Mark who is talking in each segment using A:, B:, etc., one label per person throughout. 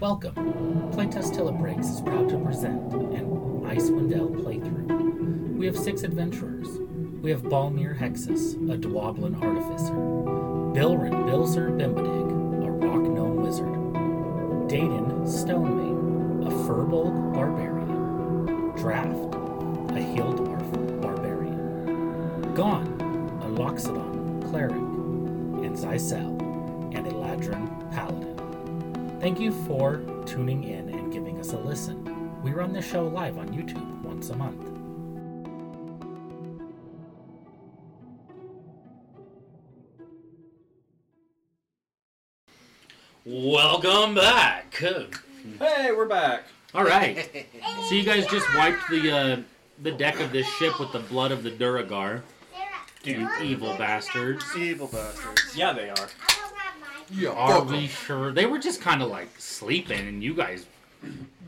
A: Welcome. Playtest Till It Breaks is proud to present an Icewind Dale playthrough. We have six adventurers. We have Balmir Hexus, a Dwablin artificer. Bilrin Bilzer Bimbadig, a rock gnome wizard. Dayton Stonemane, a Firbolg barbarian. Draft, a hill dwarf barbarian. Gon, a Loxodon cleric. And Zysel, an Eladrin paladin. Thank you for tuning in and giving us a listen. We run the show live on YouTube once a month. Welcome back.
B: Hey, we're back.
A: All right. So you guys just wiped the uh, the deck of this ship with the blood of the Duragar. You evil bastards.
C: Evil bastards.
B: Yeah, they are.
A: Are we sure? They were just kind of like sleeping, and you guys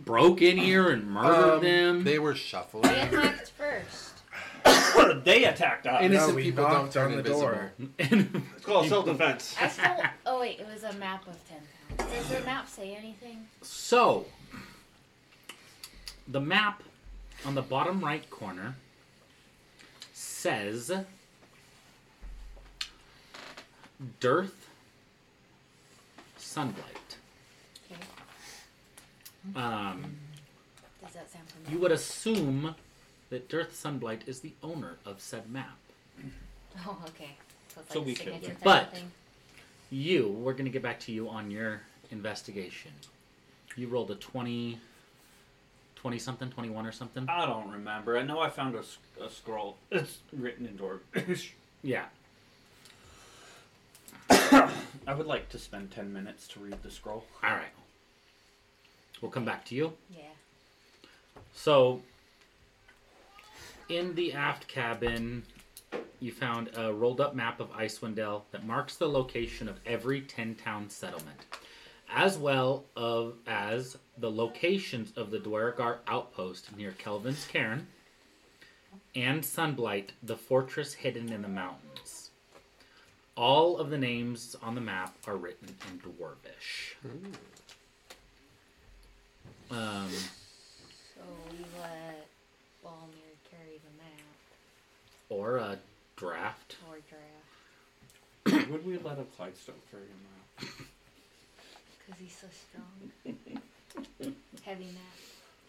A: broke in here and murdered
D: Um,
A: them.
D: They were shuffling.
E: They attacked first.
B: they attacked us.
D: Innocent
C: No, we
D: people don't
C: knocked
D: turn
C: on the
D: invisible.
C: door.
B: it's called self-defense.
E: I stole. Oh wait, it was a map of ten pounds. Does the map say anything?
A: So, the map on the bottom right corner says Dearth Sunlight.
E: Okay.
A: Um,
E: Does that sound familiar?
A: you would assume that Dearth Sunblight is the owner of said map.
E: Oh, okay. So, it's
B: So
E: like
B: we
E: a
B: killed
E: signature
B: her.
E: type of
A: But-
E: thing.
A: You, we're going to get back to you on your investigation. You rolled a 20, 20 something, 21 or something.
B: I don't remember. I know I found a, s- a scroll. It's written in Dwarvish.
A: Yeah.
B: I would like to spend ten minutes to read the scroll.
A: All right. We'll come back to you.
E: Yeah.
A: So, in the aft cabin, you found a rolled up map of Icewind Dale that marks the location of every 10 town settlement, as well of, as the locations of the Dwargar outpost near Kelvin's Cairn and Sunblight, the fortress hidden in the mountains. All of the names on the map are written in Dwarvish. Um,
E: So we let Balmir carry the map
A: or a draft.
E: or draft
B: would we let a Clydesdale carry him out?
E: because he's so strong. Heavy map.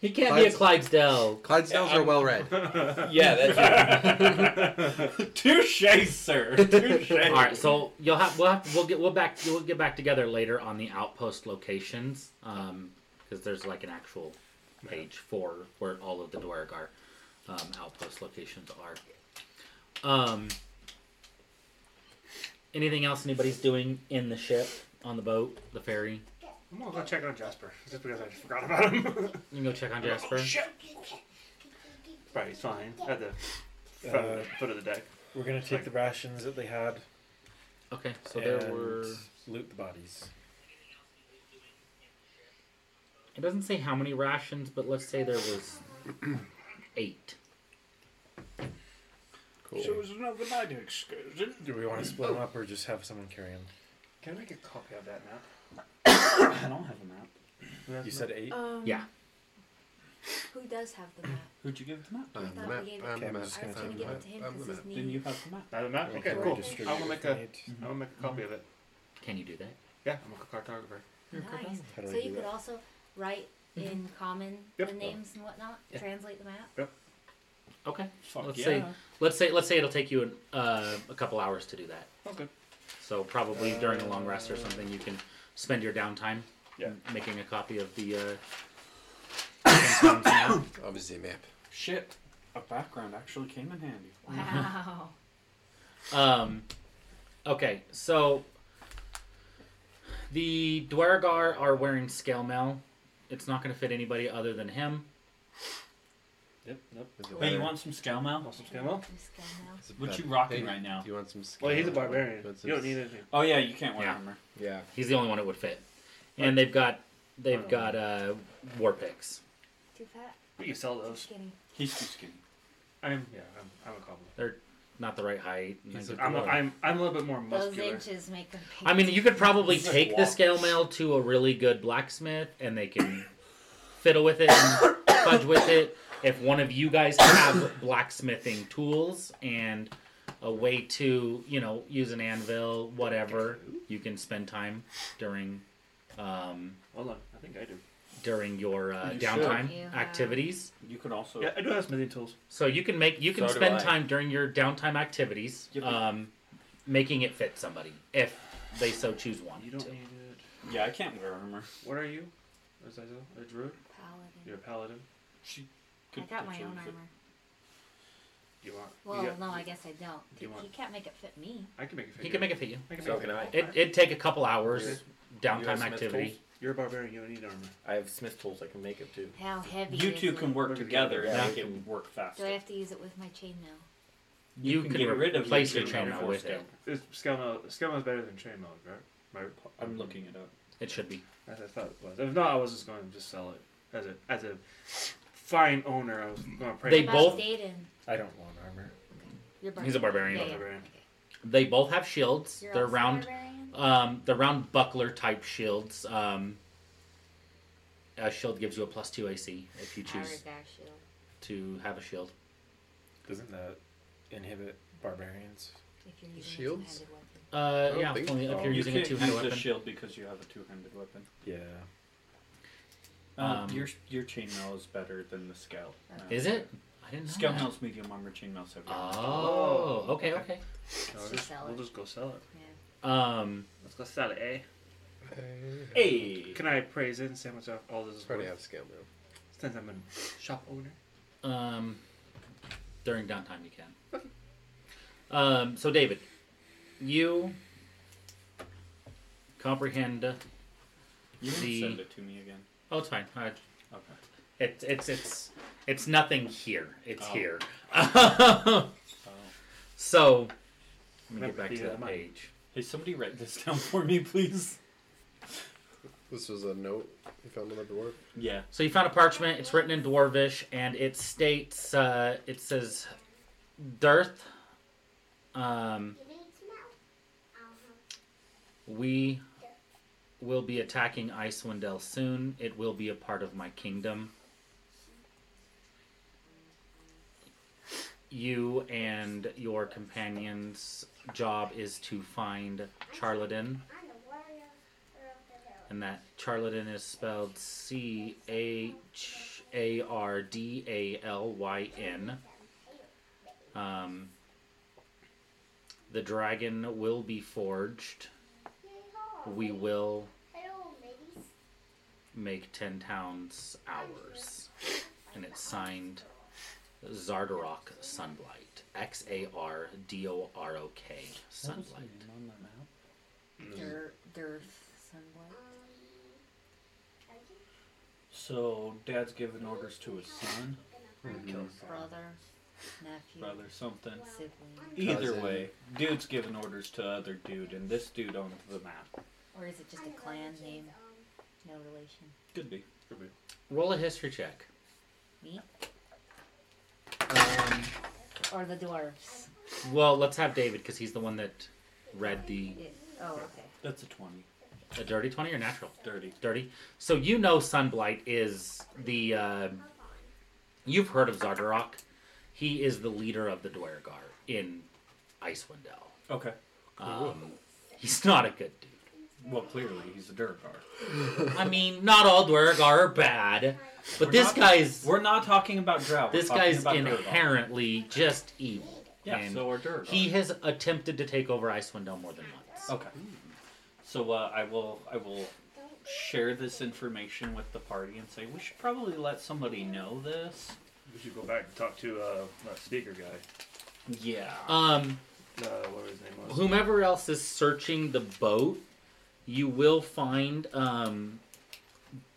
A: He can't
D: be a
A: Clydesdale.
D: Clydesdales are well read.
F: Yeah, that's
B: Touche, sir. Touche.
A: All right, so you'll have we'll have, we'll get we'll back we'll get back together later on the outpost locations because there's like an actual page for where all of the Dwargar um, outpost locations are. Um, anything else anybody's doing in the ship, on the boat, the ferry?
C: I'm gonna go check on Jasper, just because I just forgot about him.
A: You can go check on Jasper.
B: Right, he's fine. At the foot,
C: Uh,
B: foot of the deck.
C: We're gonna take the rations that they had
A: Okay, so
C: and
A: there were.
C: loot the bodies.
A: It doesn't say how many rations, but let's say there was eight.
C: Cool.
G: So it was another night excursion.
C: Do we want to split them up or just have someone carry them?
G: Can I make a copy of that map?
B: I don't have a map.
C: You said eight.
G: Uh,
E: Um,
A: Yeah.
E: Who does have the map?
B: Who'd you give the map?
D: I'm
E: I thought
D: the map.
E: we gave it
D: I'm
E: to
D: the
C: him.
D: map.
C: Just
E: I was
D: I'm
E: gonna
D: the
E: give
D: map.
E: it to him
D: I'm the
E: because
D: map.
E: his
B: Then
E: name.
B: you have the map.
G: Not the map.
C: Or
G: Okay,
C: do I
G: cool.
C: distribute
G: I will make
C: if
G: a.
C: I need?
G: I will make a copy of it.
A: Can you do that?
G: Yeah, I'm a cartographer.
E: Nice.
C: How do I
E: So
C: do
E: you could
C: that?
E: also write in common
G: Yep.
E: the names and whatnot.
A: Mm-hmm. Yeah.
E: Translate the map.
A: Okay.
B: Fuck
A: let's
B: yeah.
A: say let's say let's say it'll take you an, uh, a couple hours to do that.
B: Okay.
A: So probably during a long rest or something, you can spend your downtime
B: Yeah.
A: m- making a copy of the. Uh, King's Town's map.
D: Obviously, a map.
B: Shit. A background actually came in handy.
E: Wow.
A: um, okay, so the Dwargar are wearing scale mail. It's not going to fit anybody other than him.
B: Yep, yep.
D: Is it
B: Hey, you
D: better?
B: want some scow mail?
G: Want some camo?
E: Who's going now?
D: Is it
B: What
D: better?
B: you rocking
D: Hey,
B: right now?
D: Do you want some skin?
G: Well, he's a barbarian.
D: You want some
G: You don't need anything.
B: Oh yeah, you can't wear
A: Yeah.
B: armor.
D: Yeah.
A: He's the only one it would fit, and they've got they've
B: Right.
A: got uh, war picks.
E: Too fat?
G: We can sell
E: Too
G: those.
E: skinny?
B: He's too skinny.
G: I'm yeah. I'm, I'm a cowboy.
A: They're not the right height. and
D: He's
A: then
D: a
A: get
B: I'm,
A: the
B: a,
A: lower.
B: I'm, I'm a little bit more
E: Those
B: muscular.
E: inches make a big
A: I mean, you could probably
B: He's like
A: take the
B: walks.
A: scale mail to a really good blacksmith, and they can fiddle with it and fudge with it. If one of you guys have blacksmithing tools and a way to, you know, use an anvil, whatever, you can spend time during um,
B: Hold on, I think I do.
A: during your uh,
D: You should.
A: downtime
E: You have-
A: activities.
H: You could also.
B: Yeah, I do have smithing tools.
A: So you can make you can
D: So do
A: spend
D: I.
A: time during your downtime activities,
B: Yep.
A: um, making it fit somebody if they so choose one.
B: You don't
A: to.
B: need it.
H: Yeah, I can't wear armor.
B: What are you? Is that a druid? You're
E: paladin.
B: a paladin.
H: She
E: I
H: could
E: got my
H: put
E: own
H: yours in.
E: armor.
B: You want?
E: Well,
B: you got-
E: no, I guess I don't.
B: You want-
E: He can't make it fit me.
B: I can make a figure.
A: He can make it fit you.
B: I can
D: So
B: make a
D: can
B: figure.
D: I.
A: It it'd take a couple hours
D: You
A: downtime
D: have Smith
A: activity.
D: tools?
B: You're a barbarian. You don't need armor.
D: I have Smith tools. I can make it too.
E: How heavy?
H: You
E: is
H: two
E: it?
H: can work
B: Work
H: together
D: together.
H: and
D: Yeah.
H: make it work faster.
E: Do I have to use it with my chainmail?
A: You,
H: can
A: can,
H: get rid of
A: replace
H: your
A: your chain
H: chainmail
A: mail
H: for
A: with
H: scale.
A: it.
B: Is Skelmo Skelmo's better than chainmail, right? Right.
H: I'm looking it up.
A: It should be.
B: As I thought it was. If not, I was just going to just sell it as a as a fine owner. I was going to pray.
A: They
B: to-
E: About
A: both-
E: Daedin.
D: I don't want armor.
E: You're
A: He's a barbarian.
E: Yeah, yeah.
B: Barbarian.
A: They both have shields.
E: You're
A: They're
E: also
A: round,
E: barbarian?
A: um, the round buckler type shields. Um, a shield gives you a plus two AC if you
E: I
A: choose
E: already got shield.
A: to have a shield.
D: Doesn't that inhibit barbarians?
E: If you're using
D: Shields?
E: A two-handed weapon.
A: Uh,
D: don't
A: yeah,
D: think
A: only
D: so.
A: if you're
D: You
A: using a
H: can't
A: two-handed
H: use
A: weapon.
H: the shield because you have a two-handed weapon.
D: Yeah.
H: Uh,
A: Um,
H: your your chainmail is better than the scale. Uh,
A: Is it? I didn't know.
H: Scale
A: that.
H: mail's medium armor, chainmail's heavy. armor.
A: Oh, okay, okay.
B: No,
E: Just
B: just-
E: sell
B: we'll
E: it.
B: just go sell it.
E: Yeah.
A: Um,
B: Let's go sell it, eh?
H: Hey.
B: Can I praise it and say how much I've- all this is
D: Probably
B: worth?
D: have scale move.
B: Since I'm a shop owner.
A: um, during downtime you can. Um, so David, you comprehend.
H: You can
A: The-
H: send it to me again.
A: Oh, it's fine. I
H: Okay.
A: It's it's it's it's nothing here. It's
H: Oh.
A: here.
H: Oh.
A: so let me get
B: Remember,
A: back to
B: the, uh,
A: that
B: mine.
A: page.
H: Hey, somebody write this down for me, please.
D: This was a note you found on the dwarf.
H: Yeah.
A: So you found a parchment. It's written in Dwarvish, and it states uh, it says Dearth. Um, we will be attacking Icewind Dale soon. It will be a part of my kingdom. You and your companions' job is to find Charlatan. and that charlatan is spelled C H A R D A L Y N. Um, the dragon will be forged. We will make ten towns ours, and it's signed Zardarok Sunblight. X A R D O R O K Sunblight.
H: on the map?
E: Dur- Durf sunblight.
H: So, dad's giving orders to his son,
E: Brother, nephew,
H: brother, something.
E: sibling.
H: Either
D: Cousin.
H: way, dude's giving orders to other dude, and this dude owns the map.
E: Or is it just a clan name? No relation.
H: Could be.
A: Roll a history check.
E: Me?
A: Um,
E: Or the dwarves?
A: Well, let's have David because he's the one that read the
E: Yeah. Oh, okay.
H: That's a 20.
A: a dirty twenty or natural
H: Dirty.
A: dirty. So you know Sunblight is the uh, you've heard of Zardarok. He is the leader of the Dwargar in Icewind Dale.
H: Okay.
A: Um, he's not a good dude.
H: Well, clearly, he's a Durgar.
A: I mean, not all Dwargar are bad, but
H: We're
A: this
H: not-
A: guy's
H: We're not talking about Drow. we're
A: this
H: talking
A: guy's
H: about Durgar.
A: inherently just evil.
H: Yeah,
A: and
H: so are Durgar.
A: he has attempted to take over Icewind Dale more than once.
H: Okay. So uh, I will I will share this information with the party and say we should probably let somebody know this.
B: We should go back and talk to uh, that speaker guy.
H: Yeah.
A: Um.
B: Uh, whatever his name was.
A: whomever else is searching the boat, you will find um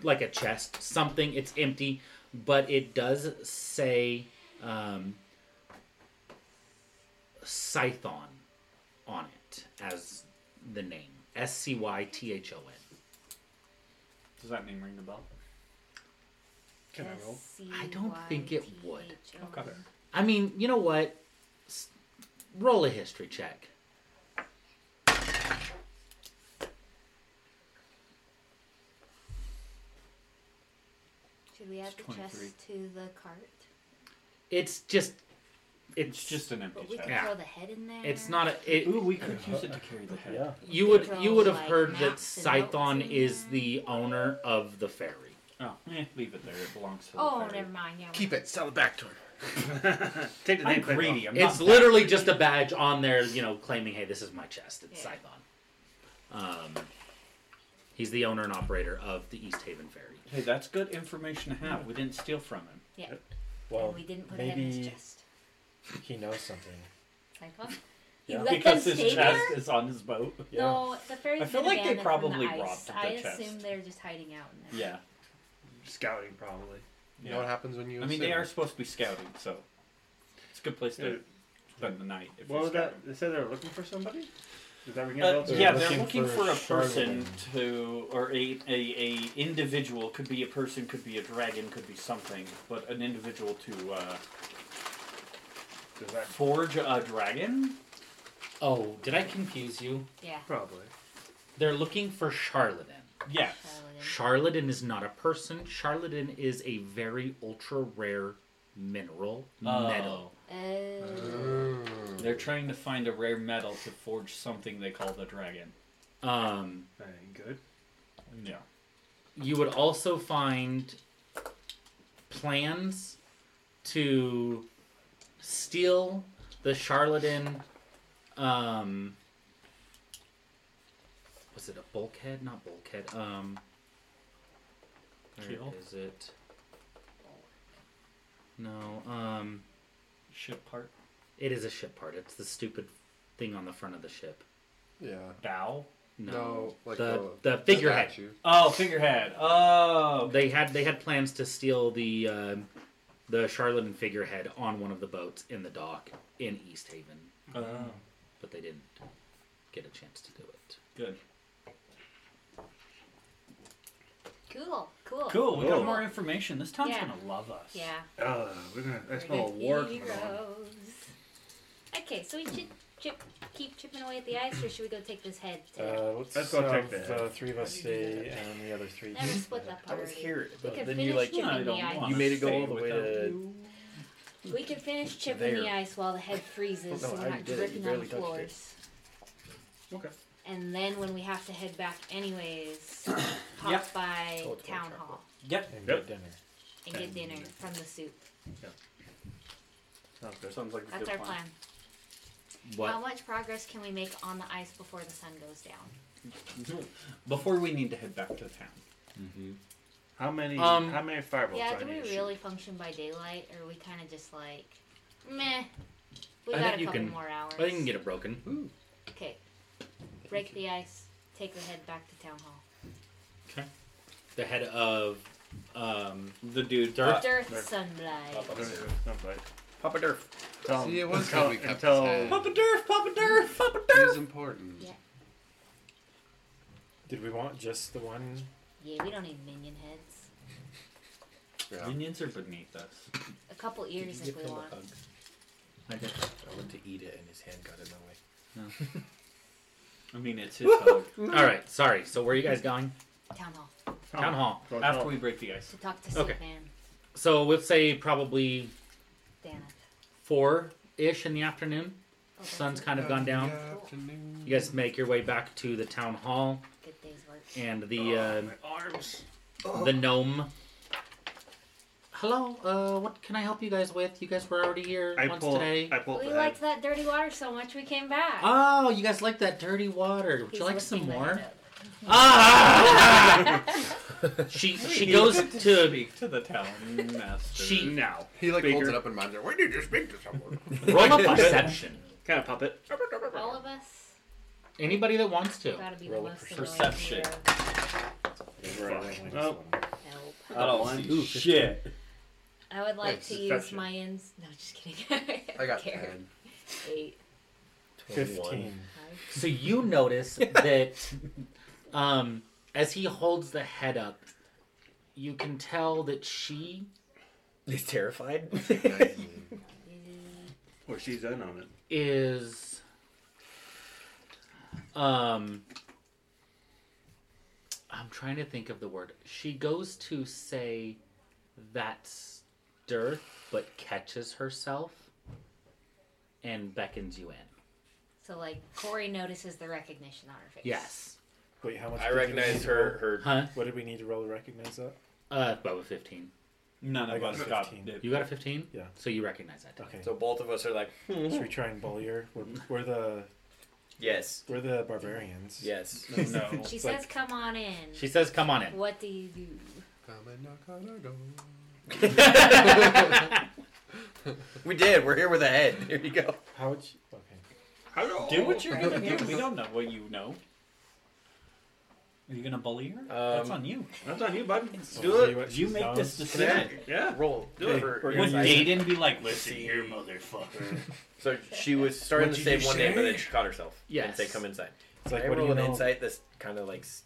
A: like a chest, something. It's empty, but it does say um Scython on it as the name. S C Y T H O N.
H: Does that name ring a bell?
B: Can I roll?
A: I don't think it would.
E: S-C-Y-T-H-O-N.
H: Okay.
A: I mean, you know what? S-
I: Roll a history check.
E: Should we add
A: It's
E: the chest to the cart?
I: It's just
A: It's just an empty
E: But we
A: chest.
E: can
I: Yeah.
E: throw the head in there.
I: it's not a it,
A: Ooh, we could use it to carry the head.
I: You would
E: Draw,
I: you would have
E: like,
I: heard that
E: maps and notes
I: Scython
E: in
I: is
E: there.
I: the owner of the ferry.
A: Oh, eh, leave it there. It belongs to the
E: Oh,
A: fairy.
E: never mind. Yeah.
D: Keep it. Sell it back to him.
B: Take the
A: I'm
B: nameplate
A: greedy.
B: off.
A: I'm
I: It's
A: not
I: literally just a badge on there, you know, claiming, "Hey, this is my chest." It's
E: Yeah.
I: Scython. Um, he's the owner and operator of the East Haven Ferry.
A: Hey, that's good information to have. We didn't steal from him.
E: Yeah.
C: Well,
E: and Oh, we didn't put it in his
C: maybe
E: chest.
C: he knows something.
E: Cyclops.
C: Yeah.
E: You let
A: because
E: them
A: his
E: stay
A: chest
E: there?
A: is on his boat.
C: Yeah.
E: No, the fairies.
A: I feel
E: been
A: like they
E: abandoned
A: probably
E: from the
A: robbed
E: ice.
A: the
E: I
A: chest.
E: assume they're just hiding out. In there.
A: Yeah.
B: Scouting, probably.
D: You know what happens when you.
A: I mean,
D: assume?
A: they are supposed to be scouting, so it's a good place to
B: Yeah.
A: spend the night. If
B: What
A: you're
B: was that?
A: scouting.
B: They said they were looking for somebody? Did that ring a
A: Uh,
B: bell to you?
A: yeah,
C: They're
A: they're
C: looking
A: looking
C: for
A: for a person
C: Charlemagne.
A: to, or a, a a individual could be a person, could be a dragon, could be something, but an individual to uh,
B: Does that-
A: forge a dragon.
I: Oh, did I confuse you?
E: Yeah.
B: Probably.
I: They're looking for charlatan.
A: Yes,
E: Paladin.
I: Charlatan is not a person. Charlatan is a very ultra rare mineral metal.
E: Oh.
D: Mm.
A: Oh, They're trying to find a rare metal to forge something they call the dragon.
I: Um,
B: That ain't good.
A: Yeah.
I: you would also find plans to steal the charlatan um was it a bulkhead not bulkhead um where
A: Keel?
I: is it no um
A: Ship part.
I: it is a ship part it's the stupid thing on the front of the ship
D: Yeah.
A: Bow.
I: no,
D: No, like
I: the
D: the,
I: the figurehead
D: statue.
A: Oh, figurehead. Oh.
I: They had they had plans to steal the um, the charlatan figurehead on one of the boats in the dock in East Haven,
A: Oh,
I: but they didn't get a chance to do it.
A: good.
E: Cool. Cool.
A: Cool. We got
B: Cool.
I: Oh.
A: more information. This town's
E: Yeah.
A: gonna love us.
E: Yeah.
B: Oh, we're gonna. I
E: we're
B: smell a
E: good
B: war coming on.
E: heroes. Okay, so we should chip, keep chipping away at the ice, or should we go take this head? Today?
C: Uh, let's
B: Let's go
C: have
B: check that.
C: the three of us stay and the other three.
E: Never split that
A: I
E: part.
A: was here.
E: We
C: But
E: could
C: then
E: finish
C: you, like,
E: chipping
A: I
E: the
A: don't
E: ice.
A: want
C: You made it go
A: Stay
C: all the way
A: without
C: to.
E: We could finish chipping the
A: There.
E: ice while the head freezes,
C: Oh, No,
E: so
C: I
E: we're not
C: did it. You
E: dripping on the
C: barely touched it.
E: floors.
B: Okay.
E: And then when we have to head back anyways, pop
A: Yep.
E: by
C: Told you,
E: town
C: Trevor.
E: hall
A: Yep.
C: And
B: Yep.
C: get dinner.
E: and get
B: And-
E: dinner from the soup.
B: Sounds good.
A: Sounds like a
E: That's
A: good
E: our plan. How
I: What?
E: much progress can we make on the ice before the sun goes down?
A: Before we need to head back to town.
B: How many?
I: Um,
B: how many fireballs?
E: yeah,
B: do I
E: do
B: need
E: we
B: to shoot?
E: really function by daylight, or are we kind of just like, meh? We
I: I
E: got
I: think
E: a
I: you
E: couple
I: can-
E: more hours.
I: I think you can get it broken.
E: Okay, break the ice. Take the head back to town hall.
I: The head of um,
A: The dude.
I: Dirt.
E: Dearth
B: there.
E: sunlight.
B: Don't do it. Don't bite.
A: Papa Durf.
B: Tell
D: See,
B: 'em.
D: it was
B: Tell-
D: good we kept
B: until-
D: his head.
A: Papa Durf. Papa Durf. Papa
D: It
A: Durf.
D: was important.
E: Yeah.
C: Did we want just the one?
E: Yeah, we don't need minion heads.
D: Yeah.
A: Minions are beneath us.
E: A couple ears if we want.
I: I did.
C: I went to eat it and his hand got in my way.
A: I mean, it's his hug.
I: All right, sorry. So where are you guys going?
E: Town hall
A: Oh.
I: Town hall.
B: Go tell
A: After
B: 'em.
A: we break the ice.
E: to talk to Sick
I: Okay.
E: Man
I: So we'll say probably
E: Danath.
I: four ish in the afternoon.
E: Oh, that's
I: Sun's
E: a
I: kind of gone down.
D: Afternoon.
I: You guys make your way back to the town hall
E: good day's work.
I: and the. Uh,
B: My arms.
I: the gnome. Hello, uh, what can I help you guys with? You guys were already here
B: I
I: once
B: pull.
I: today.
B: I pull.
E: we
B: the
E: liked
B: head.
E: that dirty water so much we came back.
I: Oh, you guys like that dirty water. Would
E: He's
I: you like some
E: lifting the
I: more?
E: head up.
I: Ah! she she
A: Hey,
I: goes
A: good
I: to
A: speak to the town master.
I: She-
B: now.
D: He like holds
B: Bigger.
D: it up in mind. Why did you speak to someone?
I: roll a perception.
B: Kind of puppet.
E: All of us
I: Anybody that wants to.
E: gotta be the
C: Roll a
E: most
A: perception.
E: annoying
B: Oh.
E: hero. Help.
A: I don't
C: One.
A: see
C: Ooh,
A: shit.
E: I would like
B: Wait,
E: to use
B: deception.
E: my ins. No, just kidding.
D: I got
E: Care.
D: ten.
E: Eight.
C: 15.
E: Five.
I: So you notice that um, as he holds the head up, you can tell that she
J: He's terrified.
D: Nineteen.
B: Or she's in on it.
I: is um I'm trying to think of the word. She goes to say that dearth but catches herself and beckons you in.
E: So like Corey notices the recognition on her face.
I: Yes.
C: Wait, how much?
D: I
C: did you
D: recognize
C: need to
D: her.
C: roll?
D: Her.
I: Huh?
C: What did we need to roll to recognize that?
I: Uh about a 15.
H: None
C: I
H: of
C: got
H: us
C: a
H: got
C: 15.
H: it.
I: You got a 15?
C: Yeah.
I: So you recognize that.
C: Okay.
D: So both of us are like,
C: Should we try and bully her? We're, we're the
D: yes,
C: we're the barbarians.
D: yes.
I: no.
E: She
C: like-
E: says, "Come on in."
I: She says, "Come on in."
E: What do you do?
A: Come and knock on our door.
D: We did. We're here with a head. Here you go.
C: How would you? Okay.
K: Hello.
I: Do what you're gonna do. We don't know what you know. Are you gonna bully her? That's on you.
B: That's on you, bud.
C: Do it.
I: You make this
D: Can
I: decision.
B: Yeah.
D: Roll.
B: Do it.
D: For-
C: We're
I: Would
C: gonna
D: insight.
I: Dayton be like, listen here, motherfucker?
D: So she was starting
C: What'd
D: to
C: you
D: say one
C: say?
D: name and then she caught herself. And
I: Yes.
D: say, come inside.
C: It's like
D: I
C: what do
D: roll
C: you
D: an
C: know?
D: insight that's kind of like. s-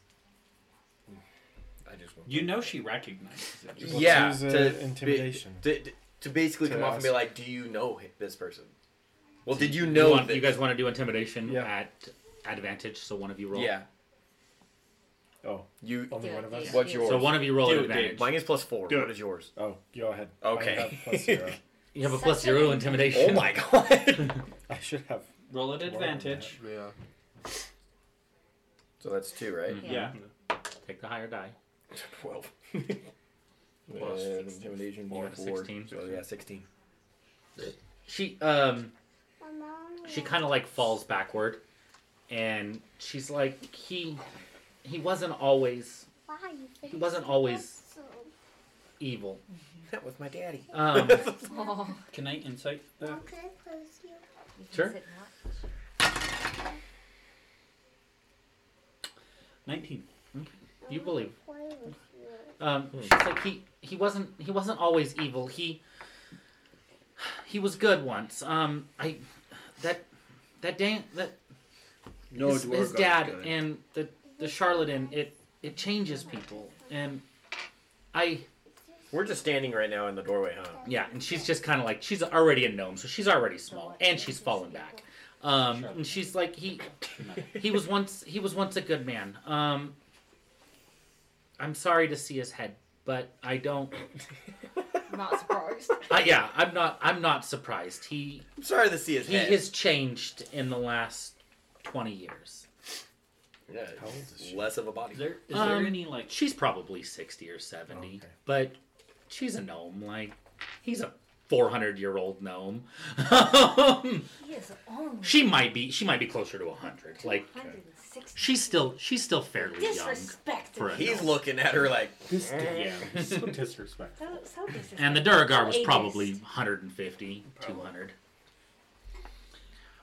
D: I just. won't-
I: You know she recognizes it.
C: Let's
D: yeah.
C: use, uh,
D: to be-
C: intimidation.
D: to, to- to basically
C: To
D: come off and be
C: ask.
D: like, do you know hi- this person? Well, did you
I: you,
D: know
I: want-
D: that?
I: you guys want to do intimidation
C: Yeah.
I: at advantage, so one of you roll.
D: Yeah.
C: Oh,
D: You.
C: only
E: Do
C: one
E: it,
C: of
E: do
C: us.
E: it,
D: What's
E: do it.
D: yours?
I: So one of you roll at
D: Dude,
I: advantage.
D: Mine is plus four.
B: Do it.
D: What is yours?
C: Oh, go ahead.
D: Okay.
C: I have plus zero.
I: you have a plus
E: Such
I: zero
E: an-
I: intimidation.
D: Oh my god.
C: I should have.
I: Roll at
C: More than
I: advantage.
A: Yeah.
D: so that's two, right?
E: Yeah.
I: Yeah. Take the higher die.
D: Twelve.
E: Plus
D: And
E: 16.
D: intimidation
I: You
D: more
I: got a
D: four.
I: 16.
D: So yeah, sixteen.
I: She um, she kind of like falls backward, and she's like, he, he wasn't always
L: He
I: wasn't always- evil.
D: That was my daddy.
I: Um,
E: Oh,
I: can I insight that?
E: you can
I: Sure.
E: sit and watch.
I: Nineteen. You believe? Um,
D: Hmm.
I: she's like he he wasn't he wasn't always evil. He he was good once. Um, I that that dang that
B: No
I: his,
B: dwarf
I: his
B: god's
I: dad
B: good.
I: and the the charlatan it it changes people and I
D: We're just standing right now in the doorway, huh?
I: yeah and she's just kind of like she's already a gnome so she's already small and she's fallen back. Um, and she's like he he was once he was once a good man. Um, I'm sorry to see his head, but I don't
E: Not surprised.
I: Uh, yeah, I'm not. I'm not surprised. He
D: I'm sorry to see his
I: he
D: head.
I: has changed in the last twenty years.
D: Yeah,
C: How old is she?
D: less of a body.
I: Is there-
H: Is there
I: Um,
H: any like?
I: She's probably sixty or seventy,
C: Okay.
I: but she's a gnome. Like he's a four hundred year old gnome. Um,
E: He is only
I: she might be. She might be closer to hundred. Like
E: 160.
I: she's still. She's still fairly young.
E: disrespected.
I: for a
D: He's looking at her like,
I: Yeah.
E: So, so
H: so disrespectful.
E: disrespectful.
I: And the Duragar was
E: Ageist.
I: probably 150, 200.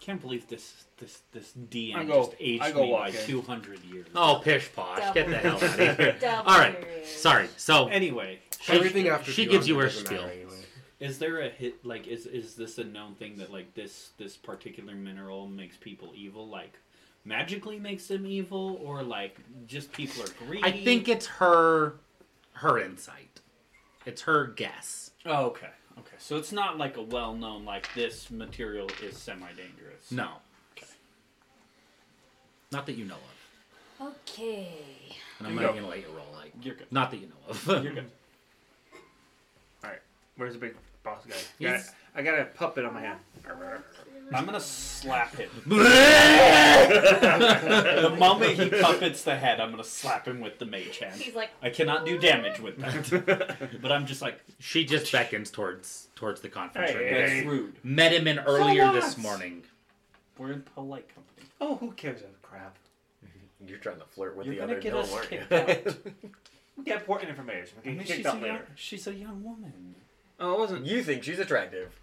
H: Can't believe this this this DM
B: I go-
H: just aged
B: I go
H: me by
B: walk in.
H: two hundred years.
I: Oh, pish posh. Get the hell out of here.
E: Double
I: All right.
E: period.
I: Sorry. So
H: Anyway,
I: she,
A: Everything after
I: she gives you
A: 200
I: her
A: doesn't
I: spiel.
A: matter anyway.
H: is there a hit? Like, is is this a known thing that like this this particular mineral makes people evil? Like, magically makes them evil, or like just people are greedy?
I: I think it's her her insight. It's her guess.
H: Oh, okay. Okay. So it's not like a well known like this material is semi dangerous.
I: No. Not that you know of.
E: Okay.
I: And I'm
B: There
I: not
B: you
I: gonna let you roll like
H: You're good.
I: not that you know of.
H: You're good.
B: Where's the big boss guy? Got,
I: He's-
B: I got a puppet on my hand.
H: I'm gonna slap him.
I: Bleh!
H: the moment he puppets the head, I'm gonna slap him with the mage hand.
E: He's like,
H: I cannot do damage with that. but I'm just like,
I: she just beckons towards towards the conference room.
B: Hey.
H: that's rude.
I: Met him in earlier this
H: what?
I: morning.
H: We're in polite company.
B: Oh, who cares a crap?
D: you're trying to flirt with
H: You're
D: the
H: gonna
D: other
H: get
D: gnome,
H: us
D: aren't you?
H: kicked out.
B: Yeah, important information. We
H: I
B: can
H: mean,
B: kick
H: she's,
B: that
H: a young,
B: later.
H: she's a young woman.
B: Oh, it wasn't.
D: you think she's attractive?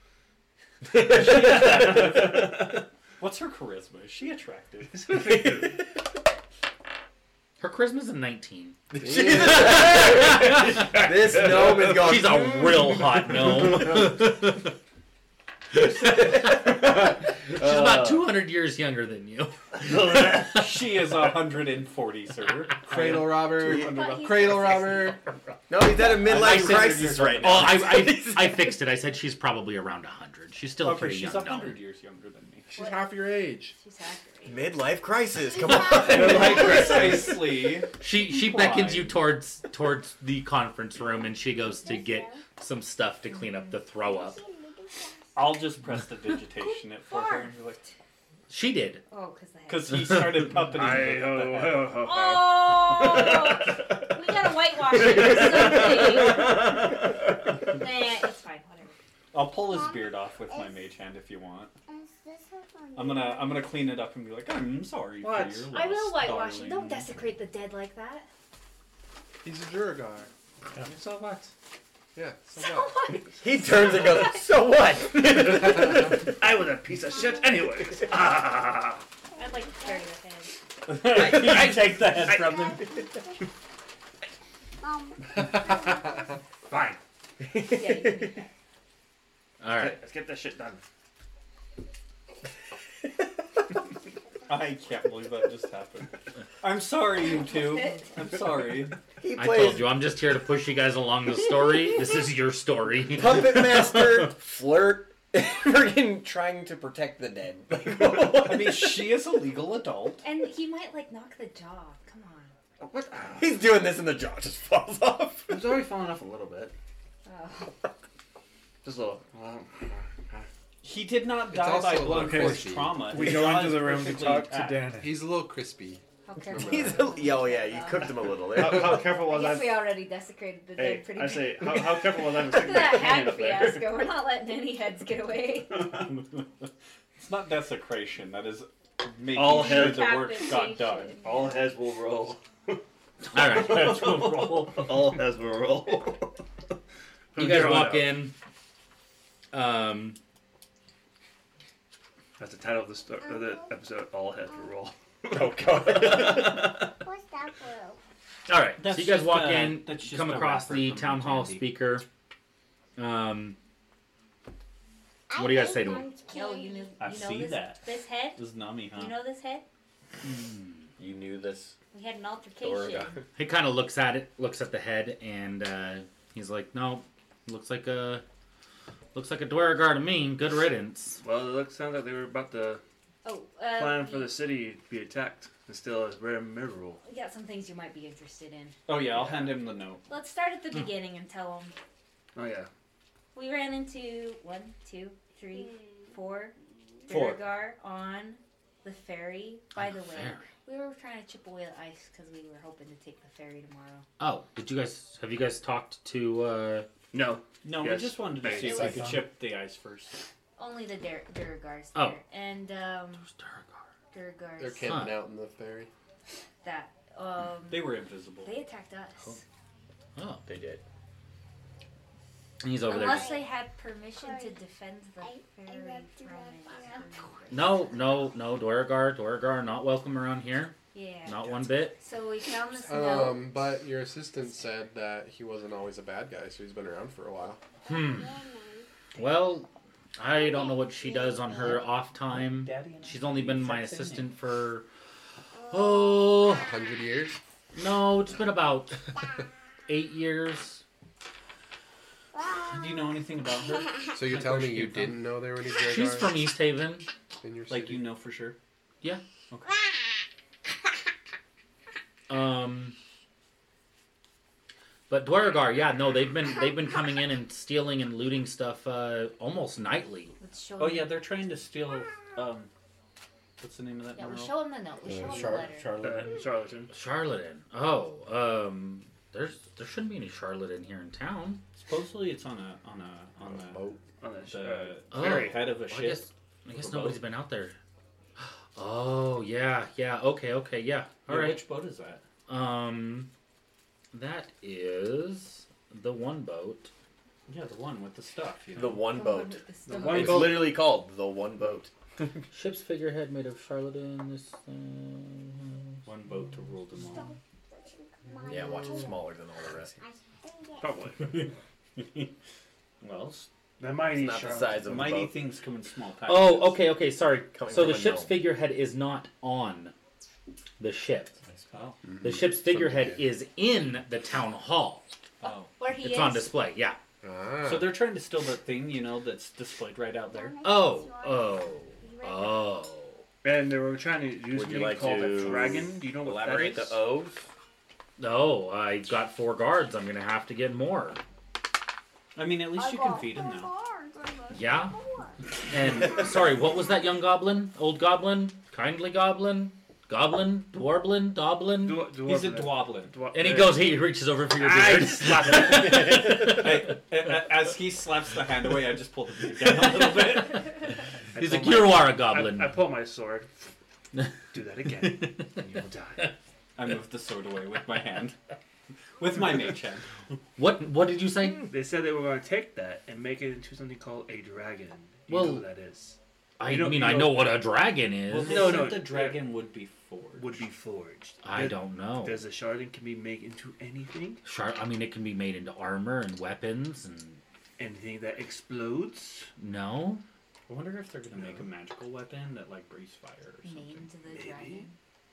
H: What's her charisma? Is she attractive?
I: Her charisma's a nineteen.
D: She's attractive. this gnome is going. Mm.
I: She's a real hot gnome.
A: She's
H: Uh,
A: about 200 years younger than you.
H: she is 140, sir.
D: Cradle robber.
E: But he's
D: Cradle
E: not sexy.
D: robber. No, he's at a
C: I
D: midlife
C: said
D: crisis
C: it's
D: right
A: Oh,
D: now.
A: I, I, I fixed it. I said she's probably around 100. She's still a
H: Okay,
A: pretty
H: she's
A: young
H: 100
A: gnome.
H: years younger than me.
D: She's half your age.
E: She's accurate.
C: Midlife crisis. Come on.
H: like precisely.
A: She she beckons you towards towards the conference room, and she goes to get some stuff to clean up the throw up.
H: I'll just press the digitation it for her and be like,
A: She did.
E: Oh, because the head.
H: because he started puppeting.
B: I, ho,
H: the-
B: ho, ho, ho.
E: Oh, we gotta whitewash it or something. nah, it's fine. Whatever.
H: I'll pull his beard off with my mage hand if you want. I'm gonna I'm gonna clean it up and be like, I'm sorry
B: What?
H: for your loss,
E: I will whitewash it. Don't
H: darling."
E: desecrate the dead like that.
D: He's a Juragar.
B: So what?
D: Yeah. So
E: So
D: what?
E: what?
C: he turns and goes, so what?
B: I was a piece of shit anyways. Ah.
E: I'd like to carry the head.
H: I take the head from him.
B: Fine.
E: Yeah, you can do that.
A: All right.
B: Let's get this shit done.
H: I can't believe that just happened. I'm sorry, you two. I'm sorry.
C: he
A: I told
C: plays
A: you, I'm just here to push you guys along the story. this is your story.
C: puppet master, flirt, freaking trying to protect the dead.
H: I mean, she is a legal adult.
E: And he might like knock the jaw. off. Come on.
B: Oh, What? Ah,
C: He's doing this and the jaw just falls off.
B: It's already falling off a little bit.
E: Oh.
B: Just a little. uh,
H: He did not die
D: also
H: by
D: a little
H: blood force
D: crispy.
H: trauma.
J: We
H: His
J: go
H: jaw
J: into
H: is
J: the room to
H: perfectly
J: talk to
H: intact.
J: Dan.
D: He's a little crispy.
E: How careful.
C: He's a, yeah, oh yeah, you cooked him a little there.
M: How, how careful
E: I
M: was
E: guess we
M: I?
E: already desecrated the
M: Hey,
E: dead pretty
M: I
E: bad.
M: say, how, how careful was I? with
E: After
M: sticking my
E: that
M: hand
E: hag
M: up there?
E: fiasco, we're not letting any heads get away.
H: it's not desecration. That is making
B: All
H: sure
B: heads-
H: the work got done.
E: Capitation.
B: All heads will roll.
A: All right.
B: Heads will roll. All heads will roll.
A: You guys walk in. Um,
B: That's the title of the, sto- of the episode. All heads will roll.
C: Oh god.
L: What's that for?
A: all right.
H: That's
A: so you guys
H: just
A: walk
H: a-
A: in,
H: that's just
A: come
H: a
A: across
H: wrapper
A: the
H: from
A: town hall
H: Tandy.
A: speaker. Um,
L: I
A: What do you guys
L: think
A: say to him?
L: I'm
E: No,
L: scared.
E: you knew. You
H: I
E: know
H: see
E: this,
H: that. Uh-huh.
E: This head.
H: This is Nami, huh?
E: You know this head.
C: You knew this.
E: We had an altercation.
A: he kind of looks at it, looks at the head, and uh, he's like, "No, looks like a looks like a Dwargar to me. Good riddance."
B: Well, it looks sounds like they were about to
E: Oh, uh,
B: plan for
E: you-
B: the city to be attacked. And still, is very miserable.
E: We got some things you might be interested in.
H: Oh yeah, I'll hand him the note.
E: Let's start at the
A: Hmm.
E: beginning and tell them
B: Oh yeah.
E: we ran into one, two, three,
L: Hmm.
E: four.
H: Four.
E: Durgar on the ferry. By
A: On
E: the
A: the
E: way,
A: ferry.
E: we were trying to chip away the ice because we were hoping to take the ferry tomorrow.
A: Oh, did you guys have you guys talked to? Uh,
B: No.
H: No,
B: Yes.
H: we just wanted to
B: Thanks.
H: see if we
J: Second.
H: could chip the ice first.
E: Only the Dur- Durgars there.
A: Oh.
E: And um,
A: Dwargar.
E: Durgars.
D: They're camping out in the ferry.
E: that. Um,
H: They were invisible.
E: they attacked us.
A: Oh,
C: They did.
A: and he's over there.
E: Unless
A: just-
E: they had permission to defend the
L: I- I
E: ferry
L: love to
E: from
L: laugh
E: it.
L: now.
A: No, no, no, Dwargar, Dwargar, are not welcome around here.
E: Yeah.
A: Not one bit.
E: So we found this note.
D: Um, but your assistant said that he wasn't always a bad guy, so he's been around for a while.
A: Hmm. Well, I don't know what she does on her off time.
H: Daddy and
A: She's only been my assistant for oh
D: Hundred years.
A: no, it's been about eight years.
H: Do you know anything about her?
D: So you're
H: Like
D: telling
H: where
D: me
H: she
D: you
H: came from?
D: didn't know there were any
A: She's from
D: Juragars
A: East Haven.
D: in your
H: Like
D: city?
H: you know for sure?
A: Um, but Dwargar, yeah, no, they've been they've been coming in and stealing and looting stuff uh, almost nightly.
E: Let's show
H: Oh
E: them-
H: yeah, they're trying to steal. Um, what's the name of that
E: Yeah, we
H: mineral?
E: show them the note.
C: Uh,
E: We show them the letter.
B: Uh, charlatan.
A: Charlatan. Oh, um, there's there shouldn't be any charlatan here in town.
H: Supposedly it's on a on a on
D: on a
H: a
D: boat.
B: On the sh-
H: the
A: Oh.
H: very head of a
A: Well, I
H: ship.
A: guess I guess
H: Or
A: nobody's
H: both.
A: been out there. Oh yeah, yeah. Okay, okay, yeah.
H: Yeah,
A: All right.
H: Which boat is that?
A: Um, that is the one boat.
H: Yeah, the one with the stuff. You know?
C: The one boat.
E: The
B: One
C: it's
B: boat.
C: literally called the one boat.
A: Ship's figurehead made of charlatan. This. uh,
H: one boat to rule them all.
C: Yeah, watch it smaller than all the rest.
B: Probably.
H: Well, s-
M: The mighty
J: It's not the
M: shark.
J: size of a
H: Mighty
J: boat.
H: things come in small packages.
A: Oh, okay, okay, sorry.
J: Coming
A: so
J: from
A: the
J: a
A: ship's
J: gnome.
A: figurehead is not on the ship.
H: Oh,
A: The ship's figurehead is in the town hall.
H: oh.
E: Where he
A: it's
E: is.
A: on display, yeah.
D: Ah.
H: So they're trying to steal that thing, you know, that's displayed right out there.
A: Oh, oh, oh.
B: And they were trying to use
J: Would you
B: me
J: like
B: called a
J: to
B: dragon. Do you know what that
J: Elaborate
B: is?
A: uh,
J: the O's.
A: No, oh, I got four guards. I'm gonna have to get more.
H: I mean, at least you can feed him now.
A: Yeah. And sorry, what was that young goblin? Old goblin? Kindly goblin? Goblin? Dwarblin? Doblin?
B: Dwa- dwarven.
H: He's a dwoblin.
B: Dwa-
A: And he
B: uh,
A: goes, he reaches over for your
B: I
A: beard.
B: slap
H: Hey, as he slaps the hand away, I just pulled the beard down a little bit.
B: I
A: He's a
B: pull my-
A: Kirwara
B: I-
A: goblin.
B: I, pull my sword. Do that again, and you'll die.
H: I moved the sword away with my hand. With my mage hand.
A: What what did you say?
B: They said they were going to take that and make it into something called a dragon. You
A: Well-
B: know what that is.
A: I
B: You don't-
A: mean,
B: you
A: I
B: don't-
A: know what a dragon
H: Well,
A: is.
H: they
B: No,
H: said
B: no,
H: the dragon would be forged.
B: Would be forged.
A: I
B: There-
A: don't know.
B: There's a shard that can be made into anything,
A: Sharp. I mean, it can be made into armor and weapons and
B: anything that explodes.
A: no.
H: I wonder if they're gonna make a magical weapon that like breathes fire or something.
E: Named the dragon.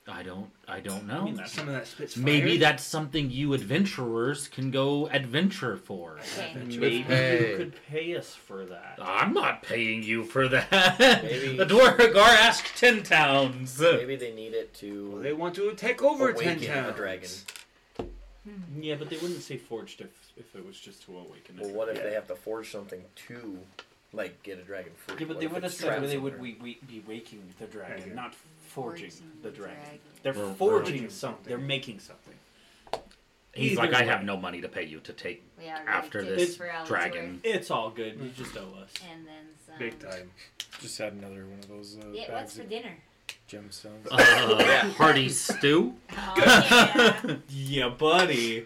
A: I don't. I don't know.
H: I mean, that's
B: Some of that spits fire.
A: Maybe that's something you adventurers can go adventure for.
E: Okay.
H: maybe
D: Hey.
H: you could pay us for that.
A: I'm not paying you for that.
J: Maybe-
A: the Dwargar asked ten towns.
J: Maybe they need it to
B: Well, they want to take over ten
J: awaken a
B: towns.
J: dragon.
H: Yeah, but they wouldn't say forged if if it was just to awaken. a
J: Well, what if
H: dragon.
J: they have to forge something to, like, get a dragon free?
H: Yeah, but
J: What
H: they
J: if
H: would have
J: it's
H: said
J: trapped
H: they would
J: somewhere?
H: we, we, be waking the dragon,
B: Dragon.
H: not forging,
E: Forging
H: the
E: the
H: dragon.
E: dragon.
H: They're
A: We're-
H: forging
B: we're-
H: something. They're making something.
A: He's
H: Either
A: like, I
H: way,
A: have no money to pay you to take
E: We already
A: after
E: did
A: this
E: for Allen's
A: dragon.
H: It's all good. You just owe us.
E: work And then some.
B: Big time.
N: Just had another one of those uh,
E: Yeah,
N: bags
E: what's for
N: of
E: dinner?
N: gemstones.
A: Uh, hearty stew.
E: Oh, yeah.
H: Yeah, buddy.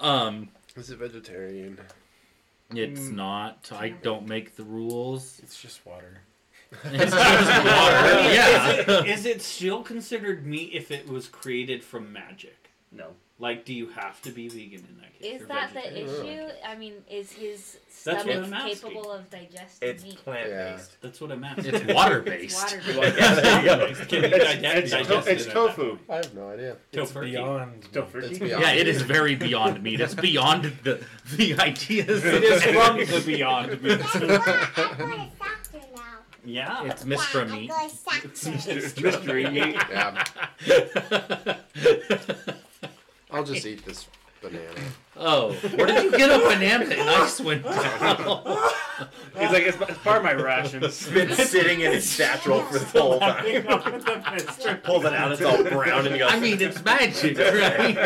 A: Um,
D: Is it vegetarian?
A: it's not. I don't make the rules.
N: It's just water.
A: It's just water.
H: Is,
A: Yeah.
H: it, is it still considered meat if it was created from magic?
B: No.
H: Like, do you have to be vegan in that case?
E: Is
H: or
E: that the
H: vegetarian?
E: issue? I mean, is his
H: That's
E: stomach
H: what I'm asking.
E: capable of digesting
J: It's
E: meat?
J: plant based.
H: That's what I'm asking.
A: It's water
E: It's
A: based.
E: water.
H: Can you digest,
M: It's,
H: digest
M: to-
H: it
M: it's
H: at that
M: tofu.
H: point?
D: I have no idea.
N: It's
H: Tofurkey.
N: beyond.
B: Tofurkey?
D: It's
A: Yeah, it is very beyond meat. It's beyond the the ideas.
H: It is from the beyond meat.
L: Guess what? I'm going to soccer now.
H: Yeah.
A: It's Mr.
L: Yeah, I'm
A: Meat.
L: going soccer.
B: Mystery meat.
D: Yeah, I'll just eat this banana.
A: oh, where did you get a banana? And ice went down.
B: He's like, it's, it's part of my rations.
J: It's been sitting in its satchel for the whole time. Pulled it out, it's all brown and you go,
A: I mean, it's magic, right?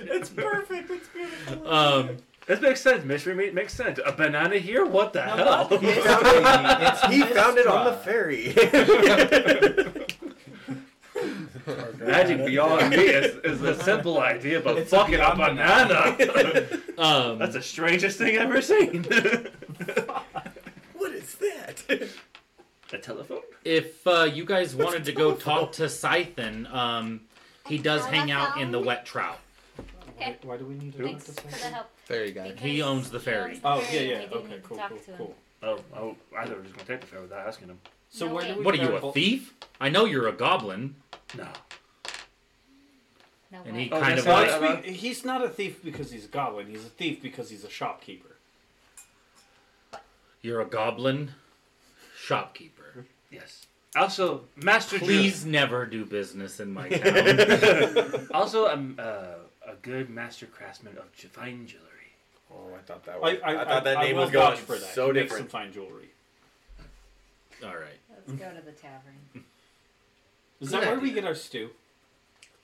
H: It's perfect. It's beautiful.
A: Um,
B: This makes sense. Mystery meat makes sense. A banana here? What the hell?
J: He
H: It's
J: found it,
H: It's
J: he found it on the
H: Mistra.
J: ferry.
B: Magic beyond me is, is a simple idea, but
H: It's
B: fucking a
H: beyond
B: banana.
A: um,
B: That's the strangest thing I've ever seen.
J: what is that?
B: a telephone?
A: if uh, you guys wanted to go talk to Scython, um, he does hang out in the wet trout.
E: Okay.
H: Why do we need to
E: Thanks for the help.
D: There you go.
A: He
E: because
A: owns the
E: he
A: ferry.
E: the
H: Oh yeah,
E: ferry
H: yeah.
E: and I didn't
H: Okay, cool,
E: talk
H: cool,
E: to him.
H: cool.
B: Oh, oh, I thought we were just going to take the fair without asking him.
H: So
E: No
H: where
E: way.
H: do we?
A: What are you,
H: grab-
A: a thief? I know you're a goblin.
B: No.
E: No
A: And
E: way.
A: he
B: Oh,
A: kind
B: that's
A: of
B: how
H: Well,
A: like,
B: I-
H: it's be- he's not a thief because he's a goblin. He's a thief because he's a shopkeeper.
A: you're a goblin shopkeeper.
B: Yes. Also, Master
A: Please never do business in my town.
B: Jew. Also, I'm uh, a good master craftsman of j- fine jewelry.
C: Oh, I thought that
H: I,
C: was.
H: I,
J: thought that
H: I,
J: name
H: I will
J: was going
H: vouch for that.
J: so
H: He makes
J: different.
H: Some fine jewelry.
A: All right.
E: Let's go to the tavern.
H: Is that where we get our stew?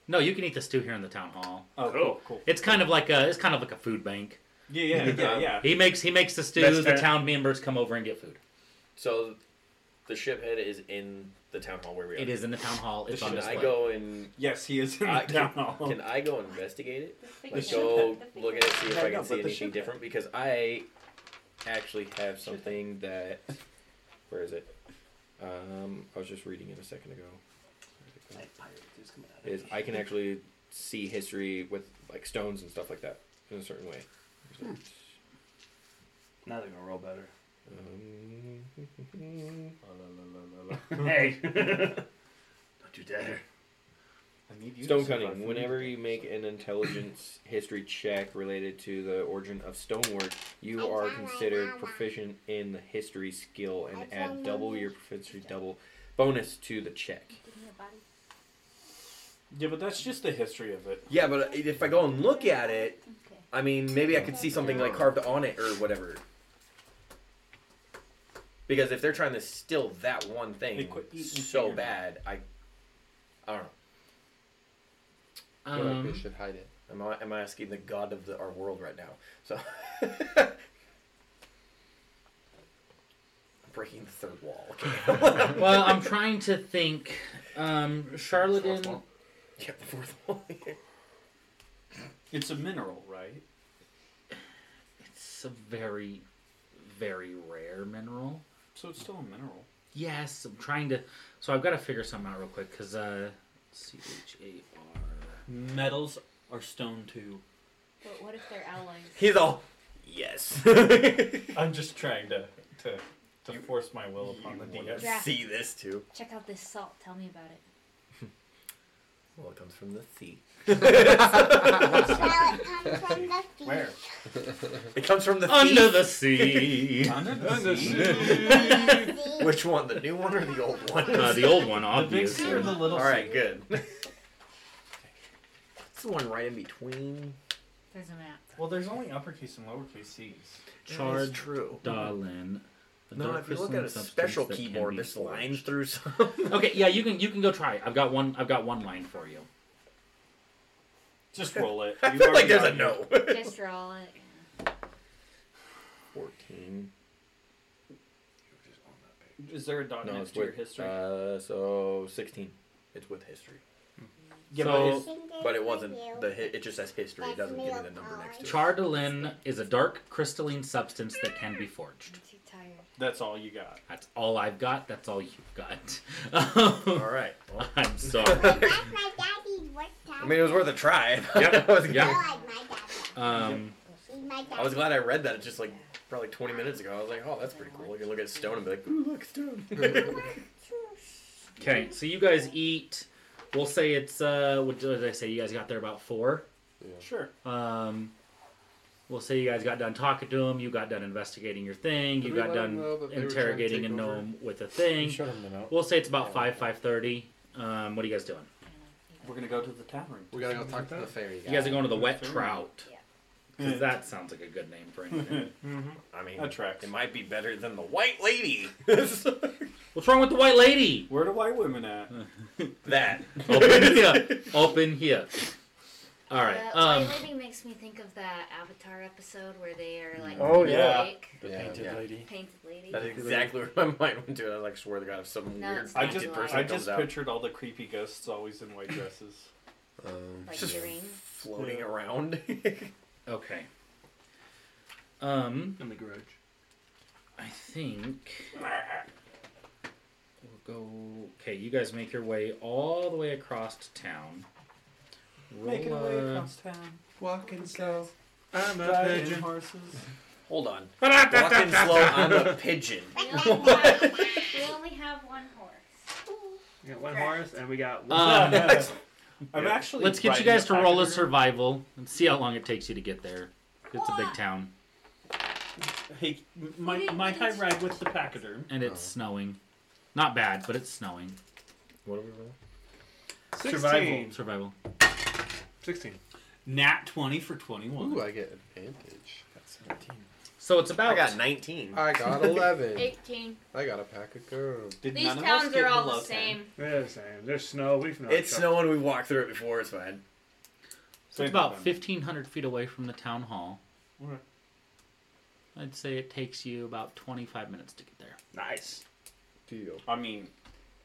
A: No, you can eat the stew here in the town hall.
H: Oh,
B: Cool.
H: cool, cool.
A: It's kind of like a it's kind of like a food bank.
H: Yeah, yeah, yeah, yeah.
A: He makes he makes the stew.
B: That's
A: the
B: fair.
A: town members come over and get food.
J: So the ship head is in the town hall where we are.
A: It is in the town hall. It's on
J: Can I
A: display.
J: go and
H: Yes, he is in Oh,
J: I-
H: the town hall.
J: can I go investigate it?
E: Let's figure
J: Like
E: it
J: go
E: out. Let's
J: look
E: figure
J: at it,
E: it
J: see if
C: Hang
J: I can
C: on,
J: see
C: but the
J: anything
C: ship-
J: different because I actually have something that. Where is it? Um, I was just reading it a second ago. Where did it go? Is I can actually see history with like stones and stuff like that in a certain way. There's
B: Now they're gonna roll better.
J: Hey.
B: hey, don't you dare!
J: I need stone cutting. Whenever you make an intelligence history check related to the origin of stonework, you are considered proficient in the history skill and add double your proficiency double bonus to the check.
O: Yeah, but that's just the history of it.
C: Yeah, but if I go and look at it, I mean, maybe I could see something like carved on it or whatever. Because if they're trying to steal that one
O: Hey,
C: thing
O: quit eating
C: so
O: finger.
C: bad, I, I don't know.
A: I feel like we Um,
C: should hide it. Am I, am I asking the god of the, our world right now? So, breaking the third wall. okay.
A: well, I'm trying to think. Um, charlatan.
C: Yeah, the fourth wall.
H: It's a mineral, right?
A: It's a very, very rare mineral.
H: So it's still a mineral.
A: Yes, I'm trying to. So I've got to figure something out real quick because uh, C H A R.
H: Metals are stone too.
E: But what if they're alloys?
C: He's all, yes.
O: I'm just trying to to, to force my will upon the
C: wanna
O: DM.
E: Draft.
C: see this too.
E: Check out this salt. Tell me about it.
C: Well, it comes from the sea.
L: Well, it comes from the sea.
C: Where? It comes from the
A: Under
C: thief.
A: the sea.
H: Under the
L: sea.
C: Which one, the new one or the old one?
A: Uh, the old one,
H: The big sea
A: obviously.
H: or the little
C: All right,
H: sea?
C: good. it's the one right in between.
E: Doesn't matter.
O: Well, there's only uppercase and lowercase c's.
C: That is true.
A: Darlin. the
C: No,
A: dark
C: if you look
A: crystalline
C: at a
A: substance
C: special
A: that can
C: keyboard,
A: be
C: there's
A: forged.
C: lines through some.
A: Okay, yeah, you can you can go try. it. I've got one. I've got one line for you.
O: Just roll it.
C: I
O: You've
C: feel like
O: already
C: there's a
O: gotten
C: no.
E: Just roll it.
J: 14.
H: Is there a dot
J: No,
H: next
J: it's
H: to your
J: with,
H: history?
J: uh, so 16.
C: It's with history,
H: yeah,
A: so-
H: but it's,
C: but it wasn't the. hi- It just says history. It doesn't give you the number next to it.
A: Chardolin is a dark crystalline substance that can be forged.
E: I'm too tired.
O: That's all you got.
A: That's all I've got. That's all you've got.
C: All right. Well,
A: I'm sorry.
L: That's my daddy's work
C: I mean, it was worth a try.
A: Yep,
C: I, was
L: Oh, I
A: yep.
C: glad,
L: like my daddy.
A: Um,
L: He's my daddy.
C: I was glad I read that. It's just like probably 20 minutes ago. I was like, oh, that's pretty cool. You can look at stone and be like, ooh, look, stone.
A: okay, so you guys eat. We'll say it's uh, what did I say? You guys got there about four.
O: Sure.
A: Um, we'll say you guys got done talking to him. You got done investigating your thing.
D: Did
A: you
D: we
A: got
D: let 'em
A: done
D: know that they were
A: interrogating a
D: trying to take over?
A: gnome with a
N: You
A: thing.
N: shut them out.
A: We'll say it's about five five thirty. Um, what are you guys doing?
H: we're gonna go to the tavern.
D: We gotta go talk to the fairy.
A: You guys are going to the Wet Trout.
E: Yeah.
A: Because that sounds like a good name for anything.
C: I mean,
O: That tracks.
C: it might be better than the white lady.
A: What's wrong with the white lady?
O: Where do white women at?
H: Hmm.
C: that.
A: Open here. Open here. All right.
E: The
A: Um,
E: Twilight Living makes me think of that Avatar episode where they are like
N: Oh,
E: in the
O: yeah.
E: lake,
N: The
D: Yeah,
N: painted
C: yeah.
N: lady.
E: painted lady.
C: That's exactly where my mind went to. I was like, swear to God, if some
E: No,
C: weird
E: it's
O: I
E: Painted
O: just
C: painted
E: lines.
C: person
O: I
C: comes
O: just
C: out,
O: pictured all the creepy ghosts always in white dresses.
D: Um,
E: like
C: just
E: the ring.
C: floating around.
A: okay. Um,
B: In the garage.
A: I think we'll go. Okay, you guys make your way all the way across to town. Roll
O: Making our way
H: uh,
A: a-
O: across town,
D: walking slow.
B: I'm a
O: riding
B: pigeon.
O: horses.
C: Hold on. Walking slow, I'm a pigeon.
E: We only, have, we only have one horse.
B: We got one horse and we got one.
H: Uh,
A: Um,
O: I'm
B: Yeah.
O: actually.
A: let's get you
O: riding
A: guys
O: a
A: to roll a
O: pachyderm.
A: survival and see how long it takes you to get there. It's a big town
H: Hey, might might I ride with the pachyderm?
A: and it's snowing. Not bad, but it's snowing.
B: Survival.
A: Survival.
B: 16.
H: Nat twenty for twenty one.
D: Ooh, I get advantage. Got 17.
A: So it's about
C: I got 19.
D: I got 11.
E: 18.
D: I got a pack of gum.
O: Did
E: These
O: none of us
E: towns
O: get
E: are all
O: below 10?
E: the same.
B: They're the same. There's snow. We've known
C: It's
B: each
N: Oh,
B: other.
C: snowing. We walked through it before. It's fine.
A: So
O: Same
A: it's about
O: thing.
A: 1,500 feet away from the town hall.
O: Okay.
A: I'd say it takes you about 25 minutes to get there.
B: Nice.
D: Deal.
O: I mean,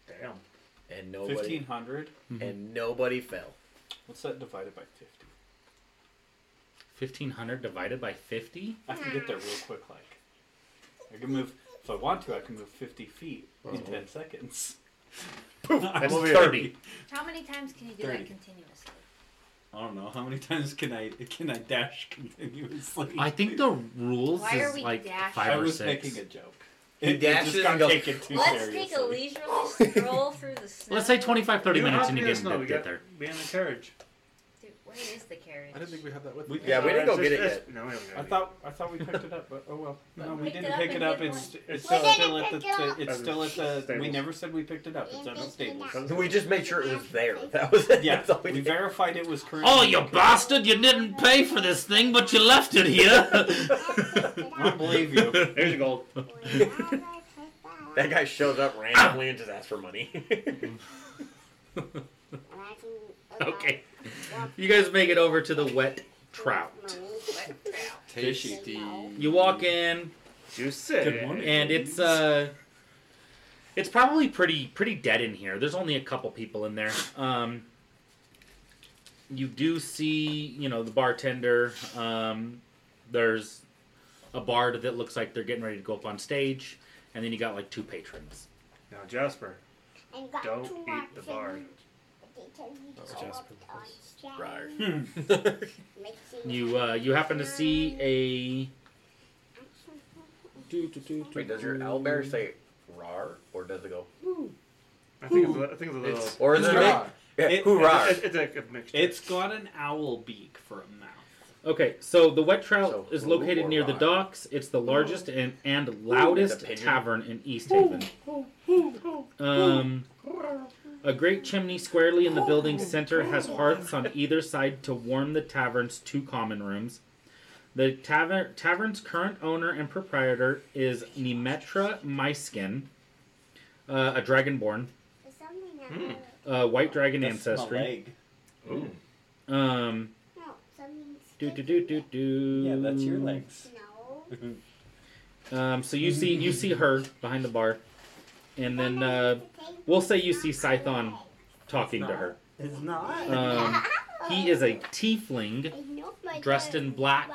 B: Damn.
C: And
D: Oh,
C: nobody.
O: fifteen hundred.
A: Mm-hmm.
C: And nobody fell.
O: What's that divided by fifty?
A: 1,500 divided by 50?
O: I can get there real quick. Like, I can move if I want to. I can move fifty feet in ten seconds.
A: That's
O: over here.
A: 30.
E: How many times can you do that continuously?
H: I don't know how many times can I can I dash continuously.
A: I think the rules
E: Why are
A: is
E: we
A: like
E: dashing?
A: five
O: I
A: or
O: was
A: six.
O: making a joke.
A: He
O: It- it just
A: dashes
O: got
A: and goes,
O: taken too
E: Let's
O: serious.
E: take a leisurely stroll through the snow.
A: Let's say 25, 30 minutes and you get,
B: No, we
A: get,
B: got
A: there.
B: be in the carriage.
E: Dude, where is the carriage?
D: I didn't think we had that with
O: We-
D: me.
C: Yeah, we didn't go get it yet.
B: No, we haven't got
O: I
B: it.
O: thought I thought we picked it up, but oh well.
E: But
O: No, we
E: we picked it
O: didn't
E: up
O: pick
E: and
O: it up.
E: didn't
O: It's
E: want-
O: it's
E: We
O: still, still
L: didn't
O: at the,
L: pick it
O: the
L: up.
O: it's
B: As
O: still
B: in
O: at the. We
B: Staples.
O: never said we picked it up. It's at the Staples.
C: We just made sure it was there.
L: "Oh,
C: That was it.
O: Yeah,
C: That's all we
O: we
C: did.
O: verified it was currently.
A: Oh, you bastard! You didn't pay for this thing, but you left it here.
O: I don't believe you.
B: There's your gold.
C: That guy shows up randomly and just asks for money.
A: okay, you guys make it over to the wet trout.
D: Tasty.
A: You walk in,
B: You said.
H: Good morning.
A: and it's uh, it's probably pretty pretty dead in here. There's only a couple people in there. Um, you do see, you know, the bartender. Um, there's a bard that looks like they're getting ready to go up on stage, and then you got like two patrons.
B: Now, Jasper, don't eat the bar.
C: Briar.
A: You uh, you happen to see a
C: Wait, does your owlbear say rar or does it go?
B: I think it's, a- I think it's a little.
O: It's-
C: Or is it
O: Hoorah.
C: Yeah,
H: It-
C: hoorah.
B: It's, it's a, a mixture.
H: It's got an owl beak for a mouth.
A: Okay, so the wet trout
C: So,
A: is
C: who
A: located
C: or
A: near the
C: why?
A: docks. It's the largest and, and loudest
C: Is it a pigeon?
A: tavern in East Haven. Um, a great chimney squarely in the building's center has hearths on either side to warm the tavern's two common rooms. The tavern tavern's current owner and proprietor is Nemetra Myskin, uh, a dragonborn, uh, white dragon
H: That's my
A: ancestry.
H: leg.
A: Um, do do do do do.
O: Yeah, that's your
E: Mm.
O: legs.
L: No.
A: Um, so you see you see her behind the bar, and then uh, we'll say you see Scython talking to her.
O: It's not.
H: Uh,
A: Um, he is a tiefling, dressed in black.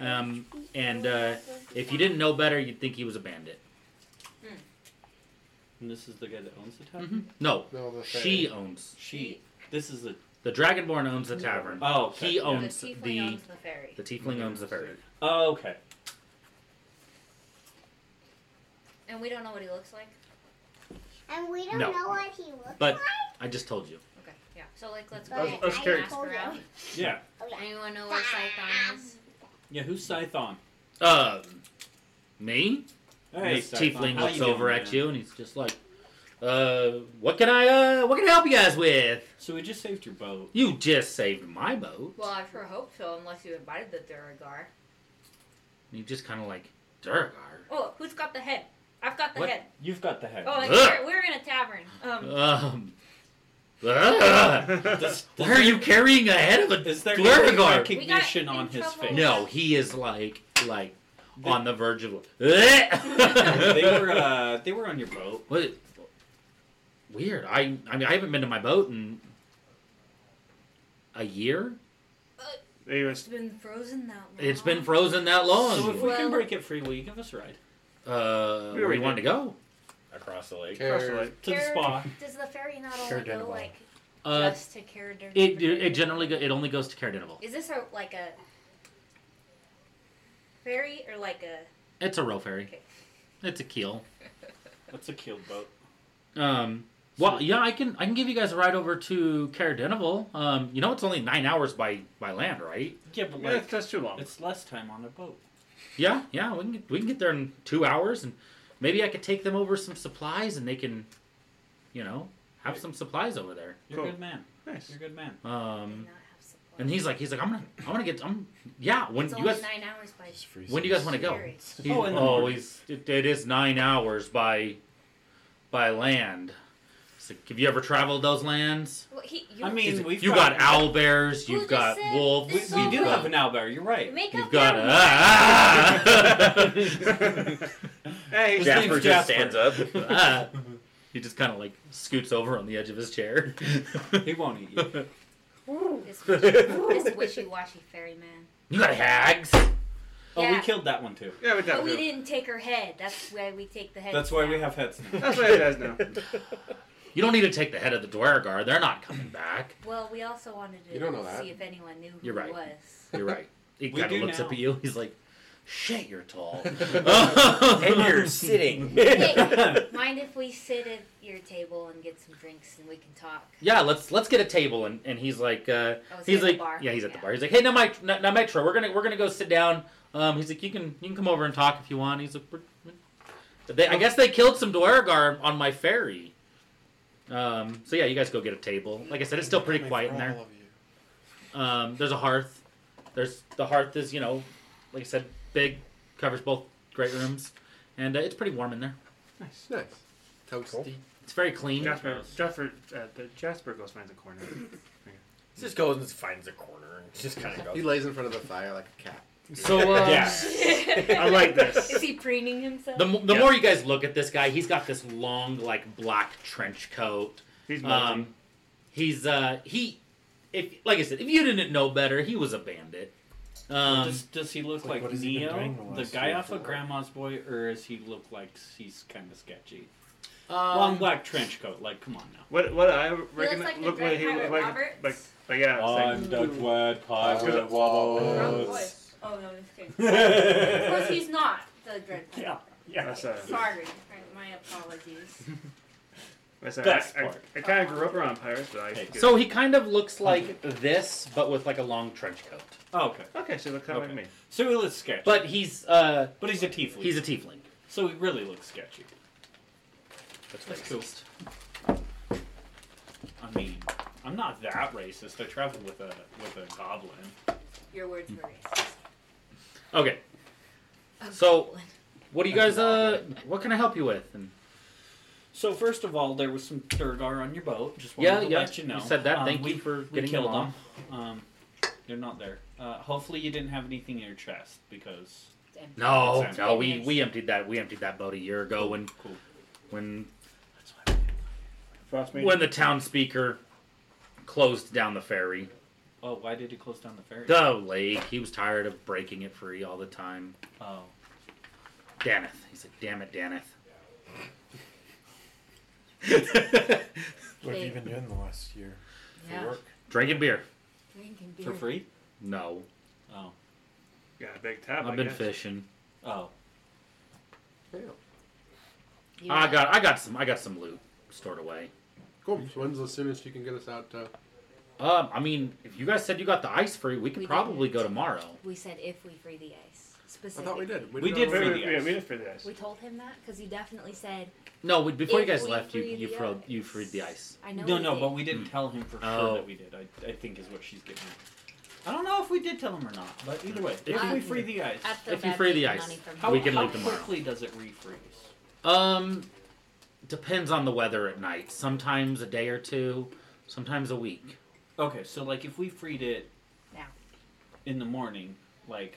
A: Um, and uh, if you didn't know better, you'd think he was a bandit.
H: And this is the guy that owns the tavern.
E: Mm-hmm.
A: No,
D: No, the thing.
A: she uh, owns
H: She. This is the.
A: the Dragonborn owns the tavern.
H: Oh, okay.
A: He
H: Yeah.
E: the
A: owns
E: tiefling
A: the
E: owns the ferry.
A: the tiefling owns the ferry.
H: Oh, okay.
E: And we don't know what he looks like.
L: And we don't
A: No.
L: know what he looks
A: But-
L: like.
A: I just told you.
E: Okay, yeah. So like, let's go
L: Us-
E: ahead
B: us
E: and
B: carrots.
E: ask around.
H: Yeah.
E: Anyone know where Scython is?
H: Yeah. Who's Scython?
A: Um, me?
H: Hey,
A: this
H: Scython,
A: tiefling
H: how
A: looks
H: you doing,
A: over at
H: man?
A: you and he's just like, uh, what can I, uh, what can I help you guys with?
H: So we just saved your boat.
A: You just saved my boat.
E: Well, I sure hope so, unless you invited the Thurigar.
A: And you just kind of like, Durgar.
E: Oh, who's got the head? I've got the
A: What?
E: head.
O: You've got the head.
E: Oh, and
A: Ugh.
E: we're, we're in a tavern. Um,
A: Um, ugh.
H: Does-
A: why are you carrying a head of a
H: Is there any
A: Durgar?
E: We
H: recognition
E: got
H: on
E: in
H: his
E: trouble.
H: face?
A: No, he is like, like, on the verge of. they
H: they were. Uh, they were on your boat.
A: What? Weird. I I mean I haven't been to my boat in a year.
B: They was-
E: it's been frozen that long.
A: It's been frozen that long.
H: So if we
E: Well-
H: can break it free, will you give us a ride
A: uh,
B: We
A: where do
B: already
A: you want to
B: did.
A: go?
C: Across the lake.
D: Care.
H: to the
E: Care-
H: spa?
E: Does the ferry not
N: Sure,
E: only
N: dinner
E: go
N: bell.
E: like
A: Uh,
E: just to Caradon?
A: it it generally go, it only goes to Caradival.
E: Is this a like a ferry or like a
A: It's a row ferry.
E: Okay.
A: It's a keel.
H: That's a keeled boat.
A: Um. Well, yeah, I can I can give you guys a ride over to Caradival. Um, you know it's only nine hours by by land, right?
H: Yeah, but
B: Yeah,
H: like,
B: that's too long.
H: it's less time on a boat.
A: Yeah, yeah, we can get, we can get there in two hours, and maybe I could take them over some supplies, and they can, you know, have some supplies over there.
H: You're
B: Cool.
H: a good man.
B: nice.
H: You're a good man.
E: not
A: Um,
E: have supplies?
A: and he's like, he's like, I'm gonna, I'm gonna get, I'm, yeah. When
E: it's
A: you
E: only
A: guys,
E: nine hours by
N: Just freeze
A: when do
N: it.
A: you guys want to go?
E: ferry.
A: He,
H: Oh, in the
A: oh,
H: morning.
A: he's, it, it is nine hours by, by land. It's like, have you ever traveled those lands?
E: Well, he, you,
H: I mean,
A: He's like,
H: we've
A: you got,
H: got-
A: owl bears,
E: Who
A: you've
E: just
A: got
E: said
A: wolves,
E: this
H: We
E: all
H: do
E: right.
H: have an owlbear. You're right.
E: make
A: you've
E: up
A: got ah!
E: your
A: a.
B: hey,
H: His
B: Jasper.
H: name's
C: Jasper just stands up.
A: Ah. he just kind of like scoots over on the edge of his chair.
H: He won't eat you.
E: This, wishy, this wishy-washy ferry man.
A: you got hags.
H: Oh, we
E: Yeah.
H: killed that one too.
B: Yeah, but that
E: But
B: was
E: Oh, we
B: it.
E: didn't take her head. That's why we take the head.
H: That's why we have heads now.
B: That's what it is now.
A: You don't need to take the head of the Dwargar. They're not coming back.
E: Well, we also wanted to
A: You don't know that.
E: see if anyone knew who
A: You're right.
E: it was.
A: You're right. He
H: We
A: kind of
H: do
A: looks
H: now.
A: up at you. He's like, "Shit, you're tall."
H: And you're sitting.
E: Hey, mind if we sit at your table and get some drinks and we can talk?
A: yeah, let's let's get a table. And, and he's like, uh,
E: Oh, is he
A: he's
E: at the
A: like,
E: bar?
A: yeah, he's at the bar. He's like, hey, now, Mike, now, now Metro, we're gonna we're gonna go sit down. Um, he's like, you can you can come over and talk if you want. He's like, "We're- we're-" they, I guess they killed some Dwargar on my ferry. Um, so yeah, you guys go get a table. Like I said, it's still pretty quiet in there. Um, there's a hearth. There's the hearth is you know, like I said, big, covers both great rooms, and uh, it's pretty warm in there.
D: Nice. Nice. Toasty.
A: It's very clean.
B: Jasper, Jasper, uh, the Jasper goes finds a corner.
C: Just goes and finds a corner and just kind of goes.
D: He lays in front of the fire like a cat.
A: So, uh,
C: Yeah.
E: Is he preening himself?
A: The, mo- the more you guys look at this guy, he's got this long, like black trench coat.
B: He's
A: um, he's uh he, if like I said, if you didn't know better, he was a bandit. Um,
H: does, does he look
N: It's like,
H: like,
N: what has he been doing the
H: Neo, the
N: last
H: guy
N: three or
H: off
N: four?
H: of Grandma's Boy, or does he look like he's kind of sketchy?
A: um,
H: Long black trench coat. Like, come on now.
B: What what I reckon
E: like the
B: look
E: Great
B: like he
E: Pirate
B: looked like,
E: Roberts.
B: like like yeah. it's like,
O: glad
B: pirate
A: Uh,
E: Wrong
O: was.
E: voice. Oh no, just kidding. of course, he's not the dread.
O: Yeah, yeah.
B: That's a,
E: Sorry, my apologies.
B: that's a,
O: Best
B: I, I,
O: part.
B: I kind of grew up around pirates, but I used to get-
A: so he kind of looks like this, but with like a long trench coat.
H: Oh, okay.
B: okay, she looked kind of
H: Okay.
B: like me.
H: So he looks sketchy.
A: But he's uh
H: But he's a tiefling.
A: he's a tiefling.
H: so he really looks sketchy.
A: That's
H: That's
A: racist.
H: cool. I mean, I'm not that racist. I traveled with a with a goblin.
E: Your words were racist.
A: Okay. So, what do you guys uh? What can I help you with? And
H: So first of all, there was some Durgar on your boat. Just wanted
A: yeah,
H: to
A: yeah,
H: let you know.
A: said that.
H: Um,
A: Thank
H: we,
A: you for
H: we
A: getting
H: killed
A: along.
H: them. Um, they're not there. Uh, hopefully, you didn't have anything in your chest because
E: Damn.
A: No,
H: Exactly.
A: no, we we emptied that we emptied that boat a year ago when
H: Cool.
A: when
O: Frost
A: when the town speaker closed down the ferry.
H: oh, why did you close down the ferry?
A: The lake. He was tired of breaking it free all the time.
H: Oh,
A: Daneth. He's like, damn it, Daneth.
N: What have you been doing the last year? For
E: Yeah.
N: work?
A: Drinking beer.
E: Drinking
H: for
E: beer.
H: free?
A: No.
H: Oh,
B: Got a big tab. I
A: I've been
B: guess.
A: fishing.
H: oh,
E: You
A: I
E: know,
A: Ah, got I got some I got some loot stored away.
D: Cool. So when's the soonest you can get us out to?
A: Um, I mean, if you guys said you got the ice free, we could
E: We
A: probably
E: didn't.
A: go tomorrow.
E: We said if we free the ice.
D: I
E: Specifically.
D: thought we did.
H: We
D: did
H: did
D: already.
B: Wait,
H: free
B: wait,
H: the
B: wait,
H: ice.
B: we did for this.
E: We told him that because he definitely said,
A: No, we, before
E: If
A: you guys
E: we
A: left, you
E: free
A: you
E: the
A: fro-
E: ice.
A: you freed the ice.
E: I know.
H: no,
E: we
H: no,
E: did.
H: but we didn't tell him for
A: Oh.
H: sure that we did. I, I think is what she's getting. at. I don't know if we did tell him or not, but either way,
A: If
H: if
E: you-
H: we free the ice,
E: I feel
A: if you
E: bad
A: free the
E: taking
A: ice,
E: money from
H: how,
A: we
E: him.
A: can
H: how
A: leave tomorrow.
H: quickly does it refreeze?
A: Um, depends on the weather at night. Sometimes a day or two, sometimes a week.
H: Okay, so like if we freed it
E: Now.
H: in the morning, like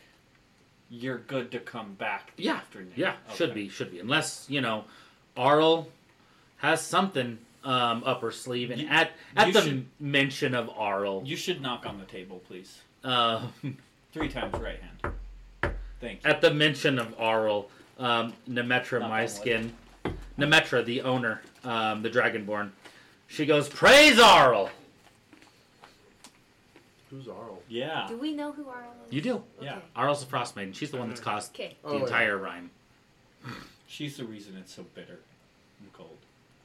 H: you're good to come back the
A: Yeah,
H: afternoon.
A: Yeah,
H: Okay.
A: should be, should be. Unless you know, Arl has something um, up her sleeve, and
H: You-
A: at at
H: you
A: the
H: should-
A: mention of Arl,
H: You should knock on the table, please.
A: uh,
H: Three times right hand. Thank you.
A: at the mention of Arl, um, Nemetra,
H: Knock on
A: my
H: wood.
A: skin, Nemetra, the owner, um, the Dragonborn, she goes, "Praise Arl."
D: Who's Arl?
H: Yeah.
E: Do we know who our?
A: You do.
H: Yeah.
A: Arl's the frost maiden. She's the one
B: Mm-hmm.
A: that's caused
E: Okay.
A: the
D: Oh, yeah.
A: entire rhyme.
H: She's the reason it's so bitter and cold.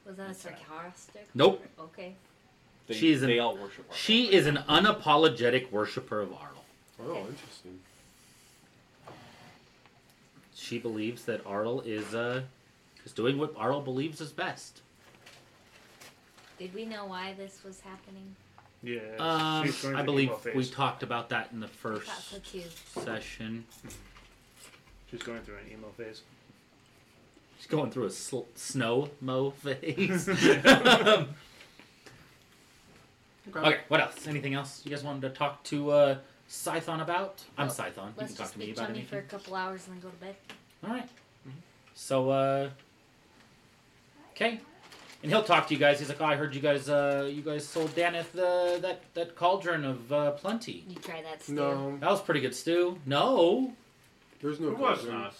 E: Was that a
H: That's right.
E: sarcastic?
A: Nope.
E: Okay.
H: They,
A: She's an-
H: they all worship her.
A: She is an unapologetic worshiper of Arl.
D: Oh, interesting.
A: She believes that Arl is uh is doing what Arl believes is best.
E: Did we know why this was happening?
B: Yeah.
A: Um,
B: she's going
A: I
B: to
A: believe
B: emo phase.
A: we talked about that in the first
E: That's so cute.
A: session.
B: she's going through an emo phase.
A: She's going through a sl- snow mo phase. okay, what else? Anything else you guys wanted to talk to uh, Scython about? I'm
E: Well,
A: Scython. You
E: Let's
A: can talk
E: just
A: to me
E: be
A: about
E: chummy for
A: anything.
E: a couple hours and then go to bed.
A: All right. So, uh, okay. And he'll talk to you guys. He's like, oh, I heard you guys, uh, you guys sold Daneth the, that, that cauldron of uh, plenty.
E: You try that stew.
D: No,
A: That was pretty good, Stew. No,
D: there's no.
O: It was
D: question.
O: not.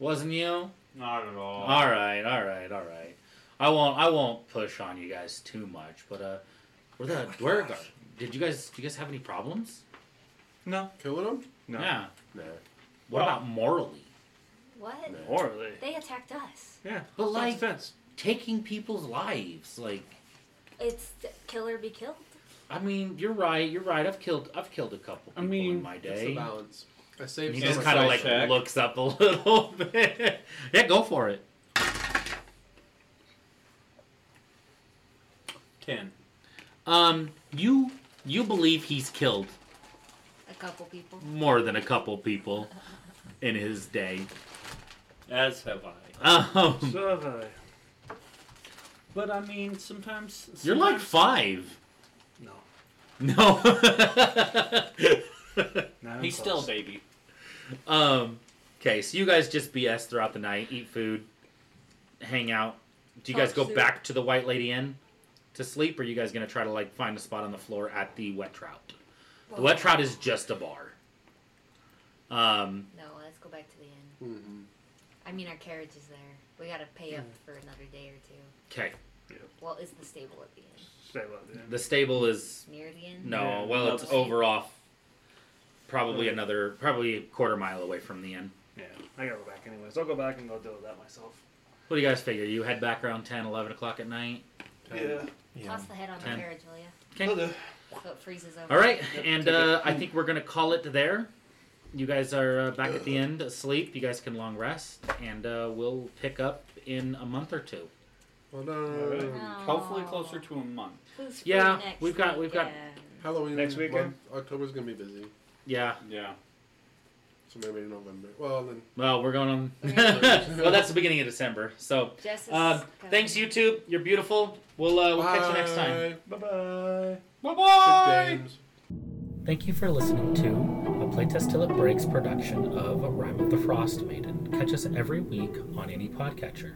A: wasn't you?
O: Not at all.
A: All right, all right, all right. I won't. I won't push on you guys too much. But uh, where
H: Oh
A: the where the, did you guys? Do you guys have any problems?
B: No.
D: Killing them?
B: No.
A: Yeah.
D: No.
A: What about morally?
E: What?
B: Morally.
E: They attacked us.
B: Yeah.
A: But like taking people's lives, like
E: It's th- kill or be killed.
A: I mean, you're right. You're right. I've killed. I've killed a couple. People I mean, in my day.
D: the balance. I
A: And
D: saved
A: eh? he
D: so
A: just
D: much
A: kind of
D: life
A: like
D: back.
A: looks up a little bit. yeah, go for it.
H: Ten.
A: Um, you you believe he's killed
E: A couple people.
A: more than a couple people in his day.
H: As have
A: I. Um,
B: So have I.
H: But I mean, sometimes,
A: you're like
H: sometimes-
A: five.
B: No.
A: No.
B: Not
H: He's still a baby.
A: Um. Okay, so you guys just BS throughout the night, eat food, hang out. Do you guys
H: Talk
A: go
H: soup.
A: back to the White Lady Inn to sleep, or are you guys gonna try to like find a spot on the floor at the Wet Trout? The
E: Oh.
A: Wet Trout is just a bar. Um.
E: No, let's go back to the inn. I mean, our carriage is there. We gotta pay up for another day or two.
A: Okay.
E: Well, is the stable at the inn?
B: Stable at the end.
A: The stable is
E: Near the inn?
A: no.
E: Yeah.
A: well,
E: Above
A: it's
E: the stable.
A: over off. Probably another, probably a quarter mile away from the inn.
B: Yeah. I gotta go back anyways. I'll go back and go deal with that myself.
A: What do you guys figure? You head back around 10, 11 o'clock at night.
B: Yeah.
E: Toss the head on
A: Ten.
E: the carriage, will you?
A: Okay.
E: So it freezes over.
A: All right, and uh, I think we're gonna call it there. You guys are uh, back at the end, asleep. You guys can long rest, and uh, we'll pick up in a month or two.
D: Well done.
O: Hopefully closer to a month.
E: Who's free
A: Yeah,
E: next
A: we've got- we've got-
E: weekend?
D: Halloween
B: Next weekend?
D: month- October's gonna be busy.
A: Yeah.
O: Yeah.
D: So maybe November. Well then.
A: Well, we're going on. well, that's the beginning of December. So,
E: Jess is
A: um,
E: gone.
A: thanks YouTube. You're beautiful. We'll uh, we'll catch you next time.
B: Bye bye.
A: Bye
D: Good games.
I: Thank you for listening to a Playtest Till It Breaks production of Rhyme of the Frost Maiden. Catch us every week on any podcatcher.